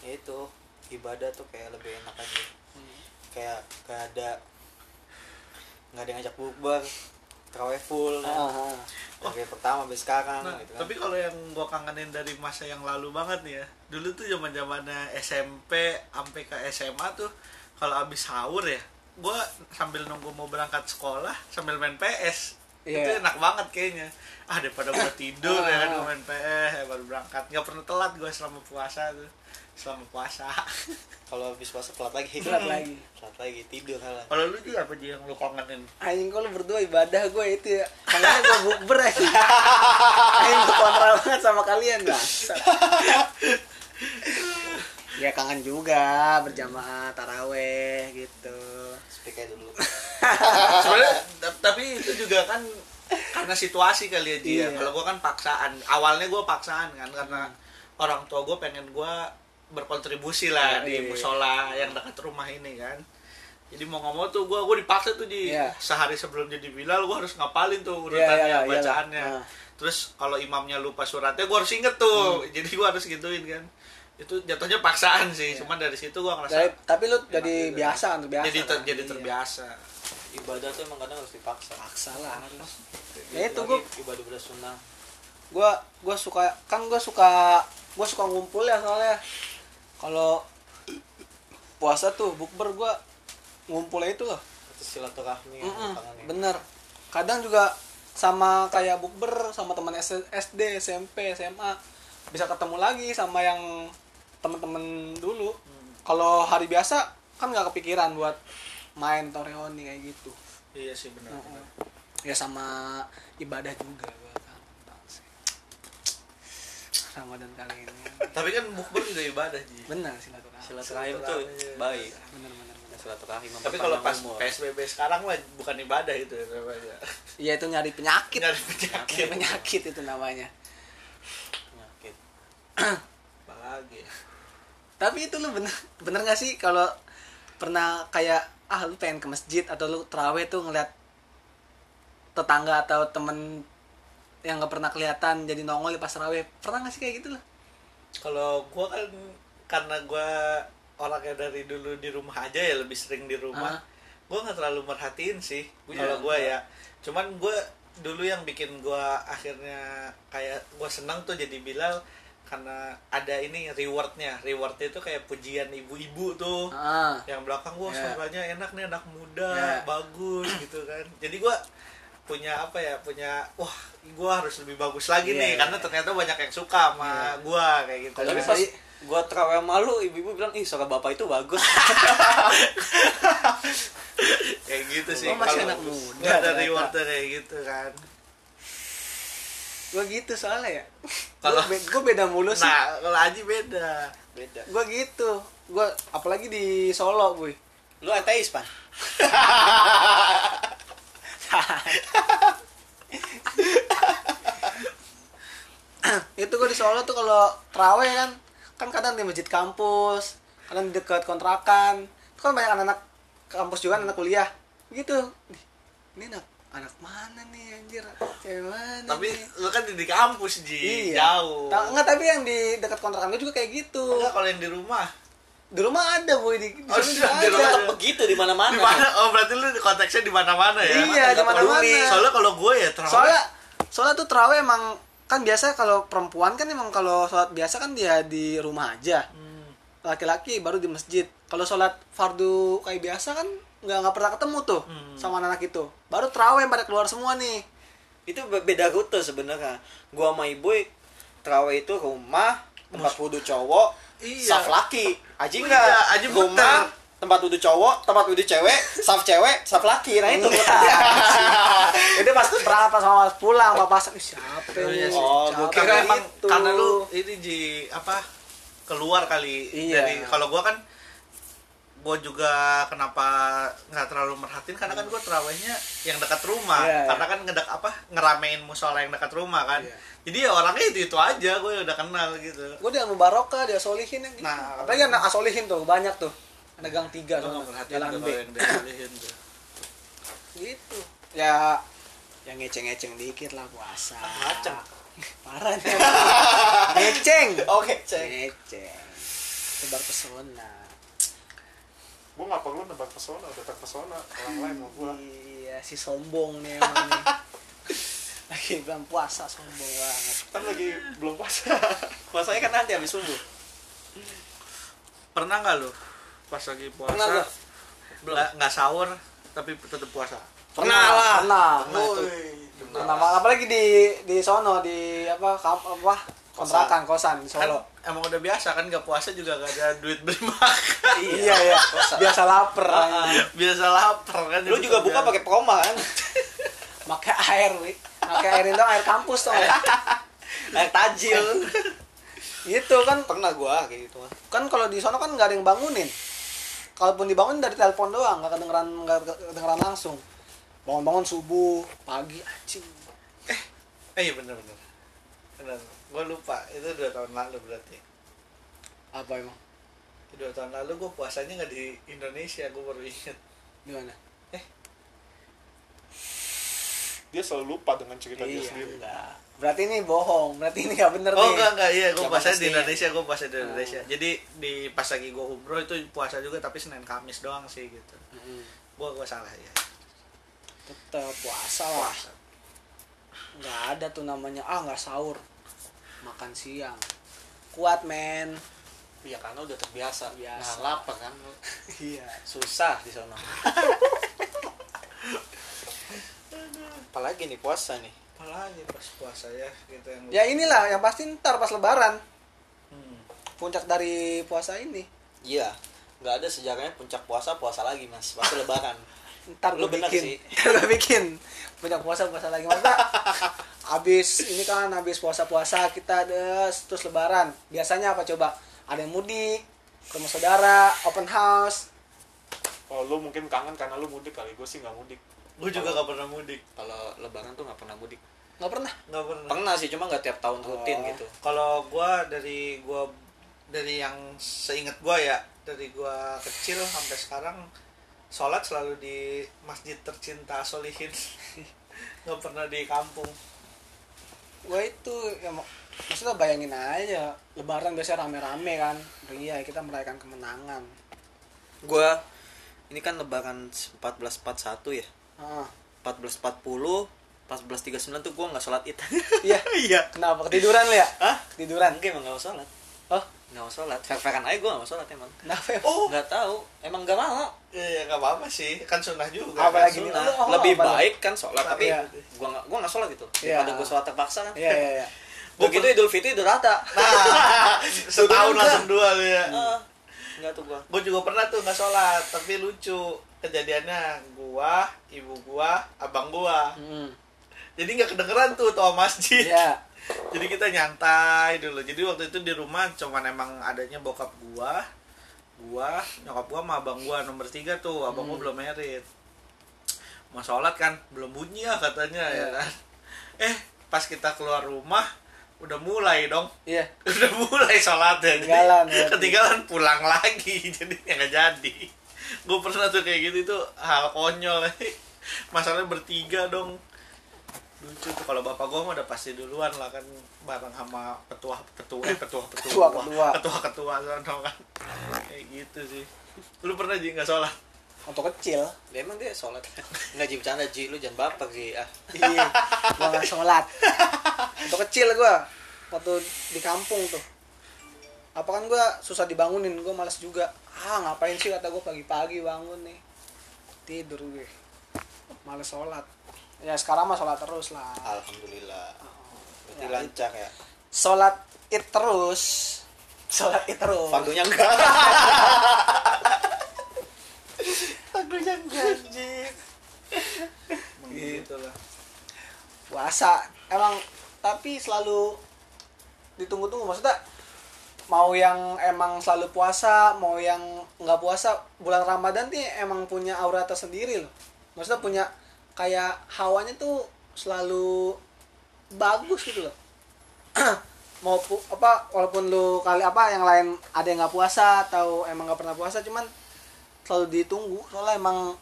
Speaker 5: ya itu ibadah tuh kayak lebih enak aja Hmm. kayak gak ada nggak ada yang ngajak bukber teraweh full
Speaker 2: Ah, ah.
Speaker 4: dari kan. pertama sampai sekarang
Speaker 3: Nah,
Speaker 4: gitu kan.
Speaker 3: tapi kalau yang gua kangenin dari masa yang lalu banget nih ya. Dulu tuh zaman zamannya SMP sampai ke SMA tuh kalau abis sahur ya, gua sambil nunggu mau berangkat sekolah sambil main PS.
Speaker 2: Iya.
Speaker 3: Itu enak banget kayaknya. Ah daripada gua tidur ya kan gua main PS ya, baru berangkat. Gak pernah telat gua selama puasa tuh. Selama puasa.
Speaker 4: kalau habis puasa telat lagi
Speaker 2: Telat lagi.
Speaker 4: telat lagi tidur malah
Speaker 5: Nah.
Speaker 3: kalau lu juga apa Ji, yang lu kangenin?
Speaker 2: Anjing kok lu berdua ibadah gue itu ya. Kalian gue bukber aja. Anjing gue kontra banget sama kalian bangsat. ya kangen juga berjamaah taraweh gitu.
Speaker 4: speak aja dulu
Speaker 3: sebenarnya t- tapi itu juga kan karena situasi kali ya Ji ya.
Speaker 2: Iya. Hmm.
Speaker 3: kalau gue kan paksaan awalnya gue paksaan kan karena orang tua gue pengen gue berkontribusi lah
Speaker 2: Iya,
Speaker 3: di
Speaker 2: iya.
Speaker 3: musola yang dekat rumah ini kan jadi mau ngomong tuh gue gue dipaksa tuh di
Speaker 2: Iya.
Speaker 3: sehari sebelum jadi bilal gue harus ngapalin tuh urutannya
Speaker 2: iya, iyalah.
Speaker 3: bacaannya
Speaker 2: Nah.
Speaker 3: terus kalau imamnya lupa suratnya gue harus inget tuh
Speaker 2: Hmm.
Speaker 3: jadi gue harus gituin kan itu jatuhnya paksaan sih cuman dari situ gue ngerasa
Speaker 2: Dari- tapi lu Iya. jadi
Speaker 3: juga.
Speaker 2: biasa kan terbiasa.
Speaker 3: jadi ter-
Speaker 2: kan?
Speaker 3: jadi
Speaker 2: Iya.
Speaker 3: terbiasa
Speaker 4: ibadah tuh emang kadang harus dipaksa
Speaker 2: Paksa lah.
Speaker 4: harus
Speaker 2: Ya itu
Speaker 4: Lagi
Speaker 2: gue
Speaker 4: ibadah beras sunnah
Speaker 2: gue gue suka kan gue suka gue suka ngumpul ya soalnya kalau puasa tuh bukber gue ngumpulnya itu loh
Speaker 4: itu silaturahmi
Speaker 2: Mm-mm,
Speaker 4: kangen ya.
Speaker 2: bener kadang juga sama kayak bukber sama teman S- SD SMP SMA bisa ketemu lagi sama yang temen-temen dulu kalau hari biasa kan nggak kepikiran buat main atau reuni kayak gitu
Speaker 3: iya sih benar benar.
Speaker 2: ya sama ibadah juga gua kangen sih. Ramadan kali ini
Speaker 3: Tapi kan bukber juga ibadah Ji. iya.
Speaker 2: benar silaturahmi
Speaker 4: silaturahim tuh baik
Speaker 2: bener bener bener
Speaker 4: silaturahim
Speaker 3: Tapi kalau pas
Speaker 4: memperpanjang umur.
Speaker 3: PSBB sekarang mah bukan ibadah itu ya namanya.
Speaker 2: ya itu nyari penyakit
Speaker 3: Nyari
Speaker 2: nyari
Speaker 3: penyakit.
Speaker 2: penyakit itu namanya
Speaker 4: penyakit
Speaker 3: Apa lagi? ya?
Speaker 2: tapi itu lu bener bener gak sih kalau pernah kayak ah lu pengen ke masjid atau lu teraweh tuh ngeliat tetangga atau temen yang gak pernah kelihatan jadi nongol di pas teraweh pernah gak sih kayak gitu loh
Speaker 3: Kalau gua kan karena gua orangnya dari dulu di rumah aja ya lebih sering di
Speaker 2: Ah.
Speaker 3: rumah.
Speaker 2: Iya,
Speaker 3: Gua nggak terlalu merhatiin sih kalau gua ya. Cuman gua dulu yang bikin gua akhirnya kayak gua senang tuh jadi Bilal karena ada ini rewardnya rewardnya itu kayak pujian ibu-ibu tuh
Speaker 2: ah
Speaker 3: yang belakang gua
Speaker 2: Ya.
Speaker 3: suaranya enak nih anak muda
Speaker 2: Ya.
Speaker 3: bagus gitu kan jadi gua punya apa ya punya wah gua harus lebih bagus lagi
Speaker 2: Iya,
Speaker 3: nih
Speaker 2: iya.
Speaker 3: karena ternyata banyak yang suka sama gua kayak gitu
Speaker 4: Tapi
Speaker 2: Tapi
Speaker 4: pas
Speaker 2: saya-
Speaker 4: gua terawih malu ibu-ibu bilang ih suara bapak itu bagus.
Speaker 3: kayak gitu sih
Speaker 2: Oh, masih
Speaker 3: Kalau
Speaker 2: anak muda
Speaker 3: nggak ada
Speaker 2: ternyata.
Speaker 3: rewardnya kayak gitu kan
Speaker 2: gue gitu soalnya ya
Speaker 3: Kalau-
Speaker 2: gue beda mulu sih
Speaker 3: nah kalau Aji beda
Speaker 4: Beda.
Speaker 2: gue gitu gue apalagi di Solo boy
Speaker 4: Lu ateis, Pan?
Speaker 2: itu gue di Solo tuh kalau teraweh kan kan kadang di masjid kampus kadang di dekat kontrakan itu kan banyak anak-anak kampus juga anak kuliah gitu Ih, ini anak anak mana nih anjir cewek mana
Speaker 3: tapi
Speaker 2: nih?
Speaker 3: lu kan di kampus
Speaker 2: Iya.
Speaker 3: ji jauh
Speaker 2: Ta- enggak tapi yang di dekat kontrakan gue juga kayak gitu
Speaker 3: Enggak, kalau yang di rumah
Speaker 2: di rumah ada boy di, di
Speaker 3: Oh,
Speaker 2: sana
Speaker 3: sudah,
Speaker 2: juga
Speaker 3: di
Speaker 2: ada.
Speaker 3: rumah.
Speaker 4: Tetap begitu di mana-mana.
Speaker 3: di mana oh berarti lu konteksnya di mana-mana ya
Speaker 2: Iya,
Speaker 3: Nggak
Speaker 2: di mana-mana.
Speaker 3: peduli. soalnya kalau gue ya terlalu
Speaker 2: soalnya soalnya tuh terawih emang kan biasa kalau perempuan kan emang kalau sholat biasa kan dia di rumah aja
Speaker 3: Hmm.
Speaker 2: laki-laki baru di masjid kalau sholat fardu kayak biasa kan nggak nggak pernah ketemu tuh
Speaker 3: Hmm.
Speaker 2: sama anak-anak itu baru terawih pada keluar semua nih
Speaker 4: Itu be- beda rute sebenarnya. Gua sama ibu terawih itu rumah, tempat wudu cowok,
Speaker 3: Iya.
Speaker 4: saf laki.
Speaker 3: Iya,
Speaker 4: Aji enggak?
Speaker 3: Aji muter.
Speaker 4: rumah, tempat wudu cowok, tempat wudu cewek, saf cewek, saf laki. Nah itu.
Speaker 2: itu pas Iya. berapa sama pas pulang papasan "Ih, siapa
Speaker 3: Oh, iya
Speaker 2: lu?
Speaker 3: sih.
Speaker 2: Siapa
Speaker 4: Oh,
Speaker 2: gitu?
Speaker 4: gua
Speaker 3: Karena
Speaker 2: lu
Speaker 3: emang
Speaker 2: itu?"
Speaker 3: karena lu ini di apa keluar kali
Speaker 2: Iya.
Speaker 3: dari kalau gua kan gua juga kenapa nggak terlalu merhatiin karena kan gua terawihnya yang dekat rumah
Speaker 2: Iya, iya.
Speaker 3: karena kan ngedek apa ngeramein musola yang dekat rumah kan
Speaker 2: Iya.
Speaker 3: jadi ya orangnya itu itu aja gue udah kenal gitu
Speaker 2: gue dia mubarokah dia solihin yang gitu.
Speaker 3: Nah,
Speaker 2: apalagi anak asolihin tuh banyak tuh negang tiga
Speaker 3: Gua nggak
Speaker 2: soalnya,
Speaker 3: merhatiin
Speaker 2: jalan
Speaker 3: tuh
Speaker 2: B
Speaker 3: kalau yang disalihin tuh
Speaker 2: gitu ya yang ngeceng-ngeceng dikit lah puasa
Speaker 4: Macem.
Speaker 2: Ah, parah nih ngeceng
Speaker 5: Nah.
Speaker 4: Oke, cek.
Speaker 2: ngeceng sebar pesona
Speaker 5: Gue nggak perlu nebak pesona, udah tak pesona orang lain mau gue.
Speaker 2: iya si sombong nih emang nih lagi bulan puasa sombong banget
Speaker 5: kan lagi belum puasa
Speaker 4: Puasanya kan nanti habis subuh.
Speaker 3: Pernah nggak lu pas lagi puasa?
Speaker 2: Pernah gua.
Speaker 3: Belum. Nggak- Nggak sahur tapi tetap puasa.
Speaker 1: Pernah lah.
Speaker 2: pernah
Speaker 4: Pernah itu.
Speaker 2: pernah banget. apalagi di di sono di apa kam, apa kontrakan kosan di
Speaker 3: Kan
Speaker 2: Solo
Speaker 3: emang udah biasa kan nggak puasa juga nggak ada duit beli makan.
Speaker 2: iya ya biasa lapar
Speaker 4: Ah,
Speaker 2: anjing.
Speaker 3: biasa lapar kan.
Speaker 5: Iya.
Speaker 4: Lu juga buka pakai peroma kan?
Speaker 2: pakai air Wi. pakai air itu air kampus tuh
Speaker 4: Air tajil.
Speaker 2: gitu kan
Speaker 4: Pernah gua kayak gitu mah.
Speaker 2: kan kalau di sono kan nggak ada yang bangunin kalaupun dibangun dari telepon doang nggak kedengeran nggak kedengeran langsung bangun-bangun subuh pagi anjing
Speaker 3: Eh iya bener bener. Bener. Gue lupa itu dua tahun lalu berarti.
Speaker 2: apa emang
Speaker 3: Dua tahun lalu gue puasanya nggak di Indonesia gue baru inget.
Speaker 2: gimana
Speaker 5: dia selalu lupa dengan cerita dia
Speaker 2: Iya,
Speaker 5: sendiri
Speaker 2: enggak. Berarti ini bohong, berarti ini nggak bener
Speaker 3: Oh
Speaker 2: nih.
Speaker 3: enggak enggak iya Oh. gue
Speaker 2: Nggak
Speaker 3: puasa di
Speaker 2: pantasnya.
Speaker 3: Indonesia gue puasa di Indonesia. Jadi di pas lagi gue umroh itu puasa juga tapi Senin Kamis doang sih gitu.
Speaker 2: Mm-mm.
Speaker 3: Gue gue salah ya.
Speaker 2: Tetep puasa lah.
Speaker 3: Puasa.
Speaker 2: Nggak ada tuh namanya, ah nggak sahur. Makan siang. Kuat men.
Speaker 4: Iya karena udah terbiasa.
Speaker 2: Biasa.
Speaker 4: Nah, lapar kan. lu.
Speaker 2: Iya.
Speaker 4: Susah di sana. Apalagi nih puasa nih.
Speaker 3: Apalagi pas puasa ya gitu yang.
Speaker 2: Ya inilah yang pasti ntar pas lebaran.
Speaker 3: Hmm.
Speaker 2: Puncak dari puasa ini.
Speaker 4: Iya. Nggak ada sejarahnya puncak puasa puasa lagi mas. Pasti lebaran.
Speaker 2: Ntar gue
Speaker 4: Lu bener sih.
Speaker 2: bikin. Ntar gue bikin. Puncak puasa puasa lagi. Maksudnya habis ini kan habis puasa-puasa kita des, terus lebaran. Biasanya apa coba? Ada yang mudik, ke rumah saudara, open house,
Speaker 5: oh lu mungkin kangen karena lu mudik kali gue sih nggak mudik
Speaker 3: Gue juga gak pernah mudik.
Speaker 4: Kalau lebaran tuh nggak pernah mudik.
Speaker 2: nggak pernah
Speaker 3: Gak pernah.
Speaker 4: Pernah sih cuma nggak tiap tahun rutin
Speaker 2: Oh.
Speaker 4: gitu.
Speaker 3: Kalau gue dari gue dari yang seingat gue ya dari gue kecil sampai sekarang sholat selalu di masjid tercinta solihin nggak pernah di kampung
Speaker 2: gue itu ya, mak- maksudnya bayangin aja lebaran biasanya rame-rame kan iya kita merayakan kemenangan
Speaker 4: Gua ini kan lebaran 1441 ya.
Speaker 2: ah
Speaker 4: 1440 1439 tuh gua nggak sholat id.
Speaker 2: iya
Speaker 4: Iya.
Speaker 2: kenapa ketiduran lu ya
Speaker 4: Hah?
Speaker 2: ketiduran
Speaker 4: Enggak emang nggak mau sholat.
Speaker 2: oh
Speaker 4: Nggak mau sholat. Fair-fairan aja gua nggak mau sholat emang.
Speaker 2: kenapa ya
Speaker 4: Oh. Nggak tahu. Emang nggak mau.
Speaker 3: ya nggak apa apa sih kan sunnah juga
Speaker 2: Apa
Speaker 3: kan?
Speaker 2: lagi nih?
Speaker 4: Sunnah.
Speaker 2: Lu- oh,
Speaker 4: lebih
Speaker 2: apa lu?
Speaker 4: baik kan sholat tapi
Speaker 2: Iya.
Speaker 4: gua nggak gua nggak sholat gitu
Speaker 2: Iya.
Speaker 4: daripada gua sholat terpaksa kan
Speaker 2: iya iya iya
Speaker 4: begitu idul fitri idul rata
Speaker 3: Nah, setahun
Speaker 4: Sudah.
Speaker 3: langsung dua lu ya.
Speaker 4: Ah, nggak tuh gua
Speaker 3: Gue juga pernah tuh nggak sholat, tapi lucu kejadiannya gua, ibu gua, abang gua.
Speaker 2: Hmm.
Speaker 3: Jadi nggak kedengeran tuh toa masjid.
Speaker 2: iya
Speaker 3: Jadi kita nyantai dulu. Jadi waktu itu di rumah cuman emang adanya bokap gua, gua, nyokap gua sama abang gua nomor tiga tuh. Abang gua belum merit. Mau sholat kan belum bunyi ya katanya ya kan. Eh pas kita keluar rumah udah mulai dong
Speaker 2: iya
Speaker 3: udah mulai sholat ya
Speaker 2: Ketinggalan, berarti.
Speaker 3: ketinggalan pulang lagi jadi ya nggak jadi gue pernah tuh kayak gitu itu hal konyol masalahnya bertiga dong lucu tuh kalau bapak gue mah udah pasti duluan lah kan bareng sama petua petua eh, petua
Speaker 2: Ketua,
Speaker 3: petua
Speaker 2: ketua.
Speaker 3: petua ketua sono kan kayak gitu sih lu pernah jadi nggak sholat
Speaker 2: waktu kecil
Speaker 4: Lah, Ya, emang dia sholat nggak ji bercanda ji lu jangan baper ji ah
Speaker 2: iya gua nggak sholat waktu kecil gua waktu di kampung tuh apa kan gua susah dibangunin gua malas juga ah ngapain sih kata gua pagi-pagi bangun nih tidur gue males sholat ya sekarang mah sholat terus lah
Speaker 4: alhamdulillah berarti
Speaker 2: Ya,
Speaker 4: lancar ya
Speaker 2: sholat it terus sholat it terus
Speaker 4: fardunya enggak
Speaker 2: Fardunya ganjil
Speaker 3: Emang gitu lah
Speaker 2: puasa emang tapi selalu ditunggu-tunggu maksudnya mau yang emang selalu puasa mau yang nggak puasa bulan Ramadan nih emang punya aura tersendiri loh maksudnya punya kayak hawanya tuh selalu bagus gitu loh mau pu- apa walaupun lu kali apa yang lain ada yang nggak puasa atau emang nggak pernah puasa cuman selalu ditunggu soalnya emang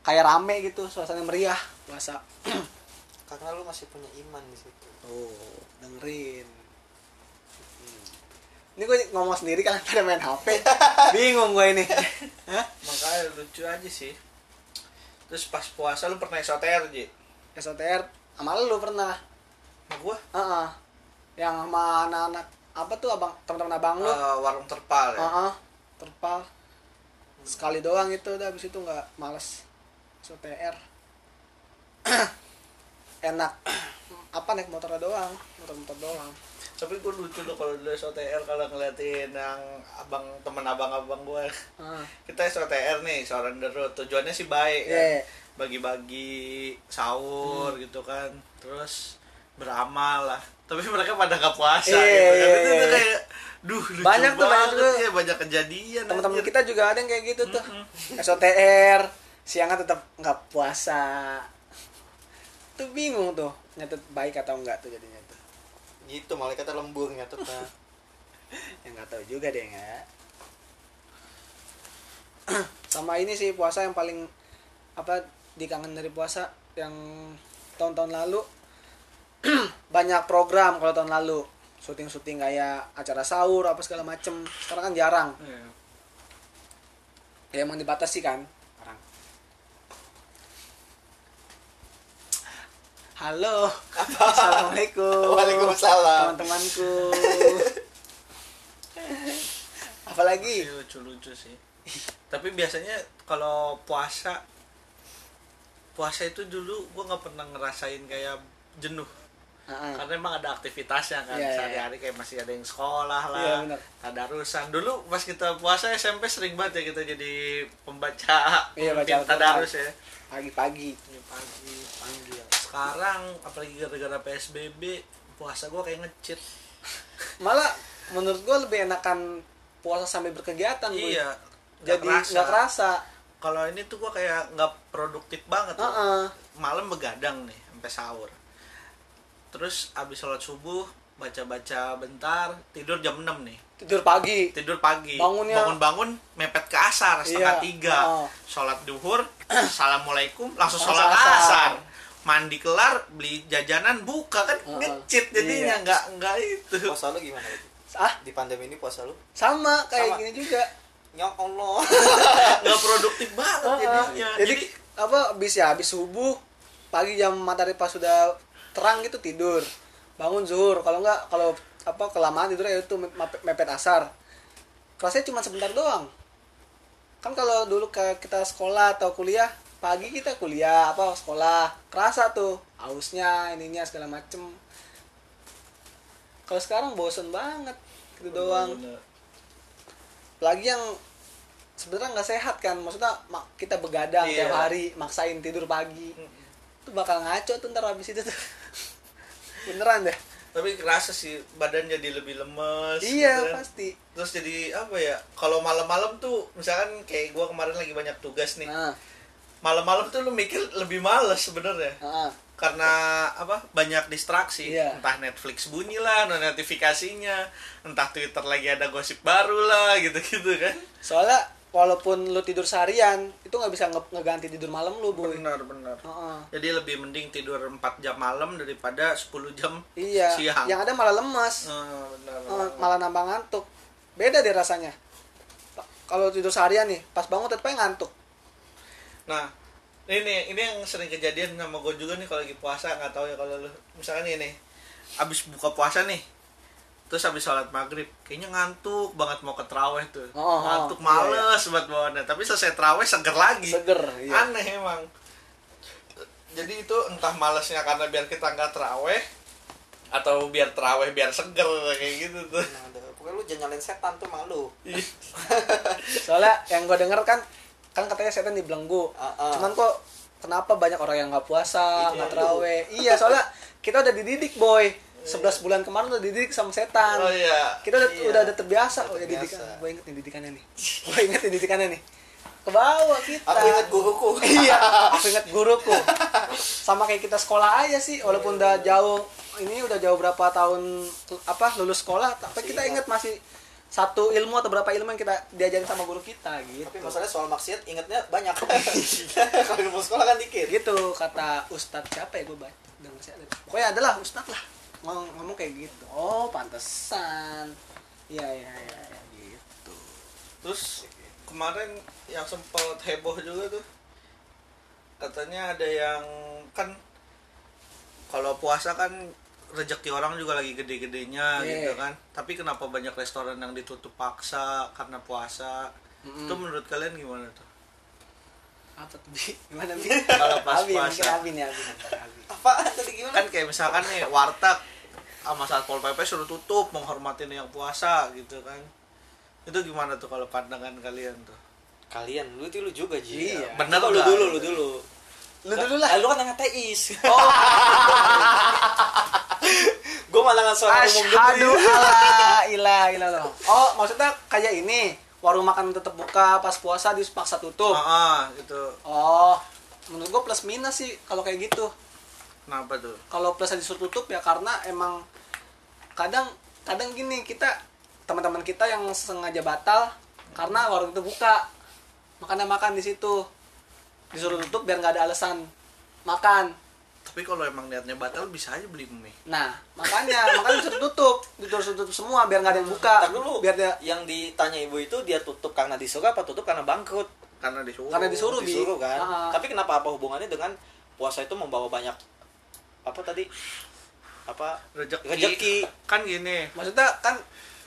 Speaker 2: kayak rame gitu suasana meriah puasa
Speaker 4: karena lu masih punya iman di situ
Speaker 2: Oh, dengerin. Hmm. Ini gue ngomong sendiri kalian pada main HP. Bingung gue ini. Hah?
Speaker 3: makanya lucu aja sih terus pas puasa lu pernah esoter Ji?
Speaker 2: SOTR sama lu pernah
Speaker 3: Sama gua
Speaker 2: Heeh. yang sama anak-anak apa tuh abang teman-teman abang lu
Speaker 3: eh, warung terpal ya.
Speaker 2: Heeh, terpal sekali doang itu udah habis itu nggak males so PR enak apa naik motor doang motor-motor doang
Speaker 3: Tapi gua lucu loh kalau dulu SOTR kalau ngeliatin yang abang temen abang-abang gua
Speaker 2: Heeh.
Speaker 3: Kita SOTR nih, seorang the road. Tujuannya sih baik kan.
Speaker 2: Iya.
Speaker 3: Bagi-bagi
Speaker 2: Hmm.
Speaker 3: sahur gitu kan. Terus beramal lah. Tapi mereka pada nggak puasa
Speaker 2: Iya,
Speaker 3: gitu kan.
Speaker 2: iya,
Speaker 3: Itu
Speaker 2: iya.
Speaker 3: tuh kayak duh lucu
Speaker 2: Banyak tuh, banyak
Speaker 3: banget
Speaker 2: tuh.
Speaker 3: ya, banyak kejadian.
Speaker 2: teman-teman
Speaker 3: anjir.
Speaker 2: kita juga ada yang kayak gitu tuh SOTR siangnya tetap nggak puasa tuh bingung tuh nyatet baik atau enggak tuh jadinya tuh
Speaker 4: gitu malaikat lembur nyatetnya
Speaker 2: yang Ya nggak tahu juga deh nggak sama ini sih puasa yang paling apa dikangen dari puasa yang tahun-tahun lalu banyak program kalau tahun lalu syuting-syuting kayak acara sahur apa segala macem sekarang kan jarang
Speaker 3: Iya.
Speaker 2: ya emang dibatasi kan sekarang halo assalamualaikum
Speaker 4: Waalaikumsalam.
Speaker 2: teman-temanku apalagi
Speaker 3: Iya, lucu-lucu sih. Tapi biasanya kalau puasa puasa itu dulu gua nggak pernah ngerasain kayak jenuh
Speaker 2: Heeh.
Speaker 3: karena emang ada aktivitasnya kan
Speaker 2: Hmm. Iya, iya.
Speaker 3: sehari-hari kayak masih ada yang sekolah lah
Speaker 2: Iya, benar.
Speaker 3: tadarusan dulu pas kita puasa SMP sering banget ya kita jadi pembaca
Speaker 2: Iya, baca
Speaker 3: pemimpin
Speaker 2: Al-Quran.
Speaker 3: tadarus ya
Speaker 2: pagi-pagi
Speaker 3: Ini pagi
Speaker 4: panggil
Speaker 3: sekarang apalagi gara-gara PSBB puasa gua kayak ngecit
Speaker 2: malah menurut gue lebih enakan puasa sambil berkegiatan Boy.
Speaker 3: iya nggak
Speaker 2: jadi nggak kerasa
Speaker 3: kalau ini tuh gua kayak nggak produktif banget loh.
Speaker 2: Heeh.
Speaker 3: malam begadang nih sampai sahur terus abis sholat subuh baca-baca bentar tidur jam 6 nih
Speaker 2: tidur pagi
Speaker 3: tidur pagi
Speaker 2: Bangunnya-
Speaker 3: bangun-bangun mepet ke asar setengah
Speaker 2: Iya,
Speaker 3: tiga
Speaker 2: oh.
Speaker 3: sholat duhur assalamualaikum langsung
Speaker 2: Langsung
Speaker 3: sholat
Speaker 2: asar.
Speaker 3: asar mandi kelar beli jajanan buka kan
Speaker 2: Oh, oh.
Speaker 3: ngecit jadinya nggak nggak itu
Speaker 4: puasa lu gimana
Speaker 2: ah
Speaker 4: di pandemi ini puasa lu
Speaker 2: sama kayak
Speaker 4: Sama.
Speaker 2: gini juga
Speaker 4: ya allah
Speaker 3: nggak produktif banget
Speaker 2: Heeh.
Speaker 3: jadinya
Speaker 2: jadi, apa bis ya habis subuh pagi jam matahari pas sudah terang gitu tidur bangun zuhur kalau nggak kalau apa kelamaan tidur ya itu mepet, mepet asar kelasnya cuma sebentar doang kan kalau dulu ke kita sekolah atau kuliah pagi kita kuliah apa sekolah kerasa tuh hausnya ininya segala macem kalau sekarang bosen banget gitu
Speaker 3: Oh,
Speaker 2: doang lagi yang sebenarnya nggak sehat kan maksudnya ma- kita begadang
Speaker 3: Iya.
Speaker 2: tiap hari maksain tidur pagi itu bakal ngaco tuh ntar habis itu tuh beneran deh
Speaker 3: tapi kerasa sih badan jadi lebih lemes
Speaker 2: iya
Speaker 3: gitu kan.
Speaker 2: pasti
Speaker 3: terus jadi apa ya kalau malam-malam tuh misalkan kayak gua kemarin lagi banyak tugas nih
Speaker 2: nah,
Speaker 3: malam-malam tuh lu mikir lebih males sebenarnya
Speaker 2: ah, ah.
Speaker 3: karena apa banyak distraksi
Speaker 2: Iya.
Speaker 3: entah Netflix bunyi lah no- notifikasinya entah Twitter lagi ada gosip baru lah gitu-gitu kan
Speaker 2: soalnya walaupun lu tidur seharian itu nggak bisa nge- ngeganti tidur malam lu boy
Speaker 3: benar
Speaker 2: Heeh.
Speaker 3: jadi lebih mending tidur 4 jam malam daripada 10 jam
Speaker 2: iya
Speaker 3: siang
Speaker 2: yang ada malah lemas
Speaker 3: Eh, benar
Speaker 2: Eh, malah nambah ngantuk beda deh rasanya Pa- kalau tidur seharian nih pas bangun tetep aja ngantuk
Speaker 3: Nah, ini ini yang sering kejadian sama gue juga nih kalau lagi puasa nggak tahu ya kalau lu misalkan ini abis buka puasa nih terus abis sholat maghrib kayaknya ngantuk banget mau ke traweh tuh
Speaker 2: Oh, oh,
Speaker 3: ngantuk
Speaker 2: iya,
Speaker 3: males banget bawaannya tapi selesai traweh seger lagi
Speaker 2: seger iya.
Speaker 3: aneh emang jadi itu entah malesnya karena biar kita nggak traweh atau biar traweh biar seger kayak gitu tuh
Speaker 4: Nah, ada- pokoknya lu jangan nyalain setan tuh malu
Speaker 2: soalnya yang gue denger kan kan katanya setan dibelenggu
Speaker 4: Ah, ah.
Speaker 2: cuman kok kenapa banyak orang yang nggak puasa
Speaker 4: Itu
Speaker 2: nggak
Speaker 4: itu.
Speaker 2: teraweh iya soalnya kita udah dididik boy 11 bulan kemarin udah dididik sama setan
Speaker 3: oh iya
Speaker 2: kita udah,
Speaker 4: Iya.
Speaker 2: udah ada terbiasa
Speaker 4: Udah
Speaker 2: oh ya
Speaker 4: terbiasa.
Speaker 2: didikan gue inget nih didikannya nih gue inget nih didikannya nih ke bawah kita
Speaker 4: aku ingat guruku
Speaker 2: iya aku inget guruku sama kayak kita sekolah aja sih
Speaker 4: Iya,
Speaker 2: walaupun udah jauh ini udah jauh berapa tahun apa lulus sekolah tapi kita
Speaker 4: Iya.
Speaker 2: inget masih satu ilmu atau berapa ilmu yang kita diajarin sama guru kita gitu
Speaker 4: tapi masalahnya soal maksiat ingetnya banyak kalau ilmu sekolah kan dikit
Speaker 2: gitu kata ustadz siapa ya gue baca denger sih ada. pokoknya adalah ustadz lah ngomong, ngomong kayak gitu oh pantesan iya iya iya ya, gitu
Speaker 3: Terus kemarin yang sempat heboh juga tuh katanya ada yang kan kalau puasa kan rezeki orang juga lagi gede-gedenya
Speaker 2: Iya.
Speaker 3: gitu kan tapi kenapa banyak restoran yang ditutup paksa karena puasa
Speaker 2: Mm-mm.
Speaker 3: itu menurut kalian gimana tuh
Speaker 2: apa tuh Bi? gimana bi
Speaker 3: Kalau pas
Speaker 2: Abi,
Speaker 3: puasa.
Speaker 2: mungkin Abi nih Abi, bentar, Abi.
Speaker 4: Apaan tadi gimana?
Speaker 3: kan kayak misalkan nih warteg sama satpol pp suruh tutup menghormatin yang puasa gitu kan itu gimana tuh kalau pandangan kalian tuh
Speaker 4: Kalian, lu itu lu juga Ji.
Speaker 2: Iya.
Speaker 3: Bener
Speaker 4: Coba lu
Speaker 3: nggak?
Speaker 4: dulu, lu dulu.
Speaker 2: Lu dulu lah. Iya.
Speaker 4: Ah, lu kan yang ateis. Oh. gue malah nggak suara umum dulu.
Speaker 2: Aduh, ala ilah ilah loh. Oh, maksudnya kayak ini, warung makan tetap buka pas puasa dipaksa tutup.
Speaker 3: ah ah, gitu
Speaker 2: Oh, menurut gua plus minus sih kalau kayak gitu.
Speaker 3: kenapa tuh
Speaker 2: Kalau plus disuruh tutup ya karena emang kadang kadang gini kita teman-teman kita yang sengaja batal karena warung itu buka. Makanya makan di situ. Disuruh tutup biar nggak ada alasan makan.
Speaker 3: tapi kalau emang niatnya batal bisa aja beli mie
Speaker 2: Nah, makanya makanya disuruh tutup, disuruh tutup semua biar nggak ada yang buka.
Speaker 4: Ntar dulu.
Speaker 2: biar dia
Speaker 4: Yang ditanya ibu itu dia tutup karena disuruh apa tutup karena bangkrut?
Speaker 3: karena disuruh
Speaker 2: Karena disuruh. Bi.
Speaker 4: Disuruh kan.
Speaker 2: Ah.
Speaker 4: Tapi kenapa apa hubungannya dengan puasa itu membawa banyak apa tadi? Apa
Speaker 3: rezeki,
Speaker 4: Rezeki.
Speaker 3: kan gini
Speaker 2: maksudnya kan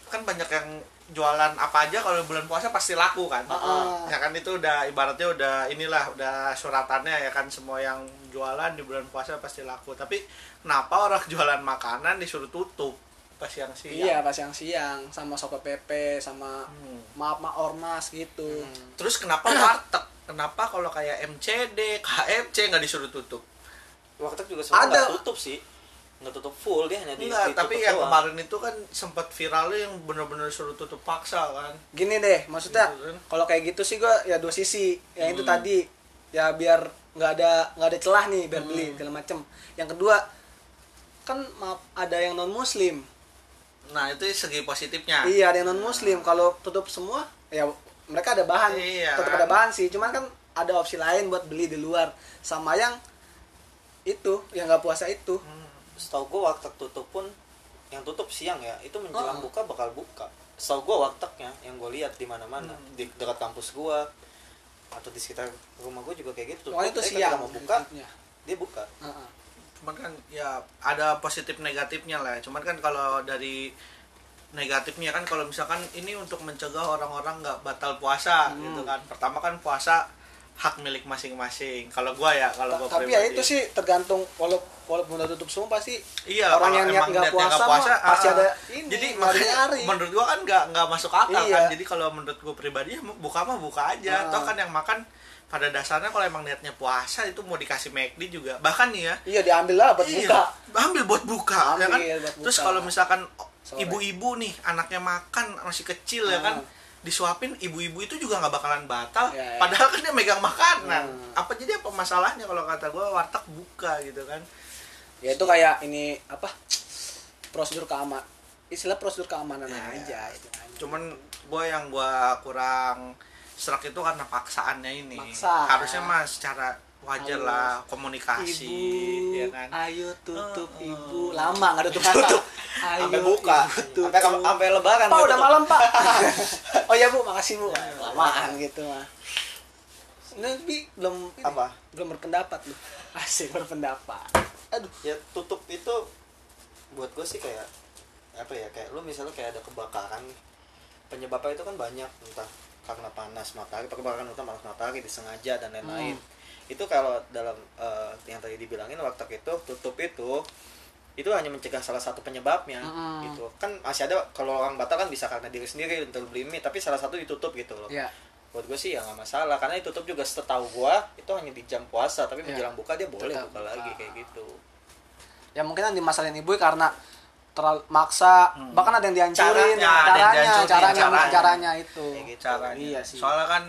Speaker 3: kan banyak yang jualan apa aja kalau bulan puasa pasti laku kan
Speaker 2: Ah, Heeh.
Speaker 3: ya kan itu udah ibaratnya udah inilah udah suratannya ya kan semua yang jualan di bulan puasa pasti laku tapi kenapa orang jualan makanan disuruh tutup pas siang
Speaker 2: iya
Speaker 3: siang
Speaker 2: pas siang siang sama soto pp sama maaf maaf ormas gitu
Speaker 3: terus kenapa warteg kenapa kalau kayak MCD KFC nggak disuruh tutup
Speaker 4: Warteg juga sebenarnya
Speaker 2: Ada.
Speaker 4: nggak tutup sih. Nggak tutup full dia hanya di
Speaker 3: Enggak,
Speaker 4: ditutup
Speaker 3: tapi yang
Speaker 4: doang.
Speaker 3: kemarin itu kan sempat viralnya yang bener-bener suruh tutup paksa kan
Speaker 2: gini deh maksudnya
Speaker 3: Gitu kan.
Speaker 2: kalau kayak gitu sih gua ya dua sisi yang
Speaker 4: Hmm.
Speaker 2: itu tadi ya biar nggak ada nggak ada celah nih biar
Speaker 4: Hmm.
Speaker 2: beli segala macem yang kedua kan maaf ada yang non muslim
Speaker 3: nah itu segi
Speaker 4: Ah.
Speaker 3: positifnya
Speaker 2: iya ada yang non muslim kalau tutup semua ya mereka ada bahan
Speaker 3: Iya,
Speaker 2: tetap
Speaker 3: kan?
Speaker 2: ada bahan sih cuman kan ada opsi lain buat beli di luar sama yang itu yang nggak puasa itu
Speaker 4: setahu gue warteg tutup pun yang tutup siang ya itu menjelang
Speaker 2: Oh.
Speaker 4: buka bakal buka setahu gue wartegnya yang gue lihat di mana-mana di dekat kampus gue atau di sekitar rumah gue juga kayak gitu
Speaker 2: Pokoknya itu
Speaker 4: Tapi
Speaker 2: siang
Speaker 4: ketika mau buka
Speaker 2: Iya.
Speaker 4: dia buka
Speaker 2: Heeh.
Speaker 3: cuman kan ya ada positif negatifnya lah ya. cuman kan kalau dari negatifnya kan kalau misalkan ini untuk mencegah orang-orang nggak batal puasa gitu
Speaker 2: Hmm.
Speaker 3: kan pertama kan puasa hak milik masing-masing kalau gua ya kalau
Speaker 2: Ta-
Speaker 3: gua
Speaker 2: tapi ya
Speaker 3: pribadi.
Speaker 2: itu sih tergantung walau walaupun udah tutup semua pasti
Speaker 3: iya
Speaker 2: orang
Speaker 3: kalau
Speaker 2: yang
Speaker 3: emang
Speaker 2: niat nggak
Speaker 3: niatnya
Speaker 2: puasa,
Speaker 3: nggak
Speaker 2: mah pasti
Speaker 3: ah,
Speaker 2: ada ini
Speaker 3: jadi
Speaker 2: nyari
Speaker 3: makanya
Speaker 2: nyari
Speaker 3: menurut gua kan nggak nggak masuk akal
Speaker 2: Iya.
Speaker 3: kan jadi kalau menurut gua pribadi ya buka mah buka aja
Speaker 2: Ah.
Speaker 3: toh kan yang makan pada dasarnya kalau emang niatnya puasa itu mau dikasih McD juga bahkan nih ya
Speaker 2: iya diambil lah buat
Speaker 3: Iya,
Speaker 2: buka
Speaker 3: ambil buat buka ya kan
Speaker 2: Ambil buat buka.
Speaker 3: terus kalau misalkan
Speaker 2: Sore.
Speaker 3: ibu-ibu nih anaknya makan masih kecil ya kan
Speaker 2: Hmm.
Speaker 3: disuapin ibu-ibu itu juga nggak bakalan batal
Speaker 2: Ya, ya.
Speaker 3: padahal kan dia megang makanan
Speaker 2: Hmm.
Speaker 3: apa jadi apa masalahnya kalau kata gue warteg buka gitu kan
Speaker 2: ya itu kayak ini apa prosedur keamanan istilah prosedur keamanan aja kan. istilahnya.
Speaker 3: cuman gue yang gua kurang serak itu karena paksaannya ini
Speaker 2: Maksa.
Speaker 3: harusnya mah secara wajar
Speaker 2: Halus.
Speaker 3: lah komunikasi
Speaker 2: ibu Ah,
Speaker 3: ya kan
Speaker 2: ayo tutup
Speaker 3: Oh, oh.
Speaker 2: ibu lama nggak tutup tutup ayo
Speaker 4: sampai buka
Speaker 2: ibu tutup.
Speaker 4: sampai sampai lebaran gitu
Speaker 2: pak
Speaker 4: dia
Speaker 2: udah
Speaker 4: tutup.
Speaker 2: malam pak oh ya bu makasih bu lamaan gitu mah ini Bi, belum ini,
Speaker 4: Apa?
Speaker 2: belum berpendapat lu asik berpendapat aduh
Speaker 4: ya tutup itu buat gue sih kayak apa ya kayak lu misalnya kayak ada kebakaran penyebabnya itu kan banyak entah karena panas matahari kebakaran utama panas matahari disengaja dan lain-lain itu kalau dalam eh, yang tadi dibilangin waktu itu tutup itu itu hanya mencegah salah satu penyebabnya
Speaker 2: Mm-mm.
Speaker 4: gitu kan masih ada kalau orang batal kan bisa karena diri sendiri untuk beli mie tapi salah satu ditutup gitu loh
Speaker 2: ya
Speaker 4: buat gue sih ya nggak masalah karena ditutup juga setahu gue itu hanya di jam puasa tapi
Speaker 2: Iya.
Speaker 4: menjelang buka dia boleh
Speaker 2: Tetap
Speaker 4: buka
Speaker 2: buka.
Speaker 4: lagi kayak gitu
Speaker 2: ya mungkin yang dimasalahin ibu karena terlalu maksa bahkan ada yang dihancurin
Speaker 3: Caranya, ada yang
Speaker 2: caranya
Speaker 3: dihancurin,
Speaker 2: caranya
Speaker 3: caranya.
Speaker 2: caranya itu
Speaker 4: Kayak gitu.
Speaker 3: caranya.
Speaker 2: iya sih
Speaker 3: Soalnya kan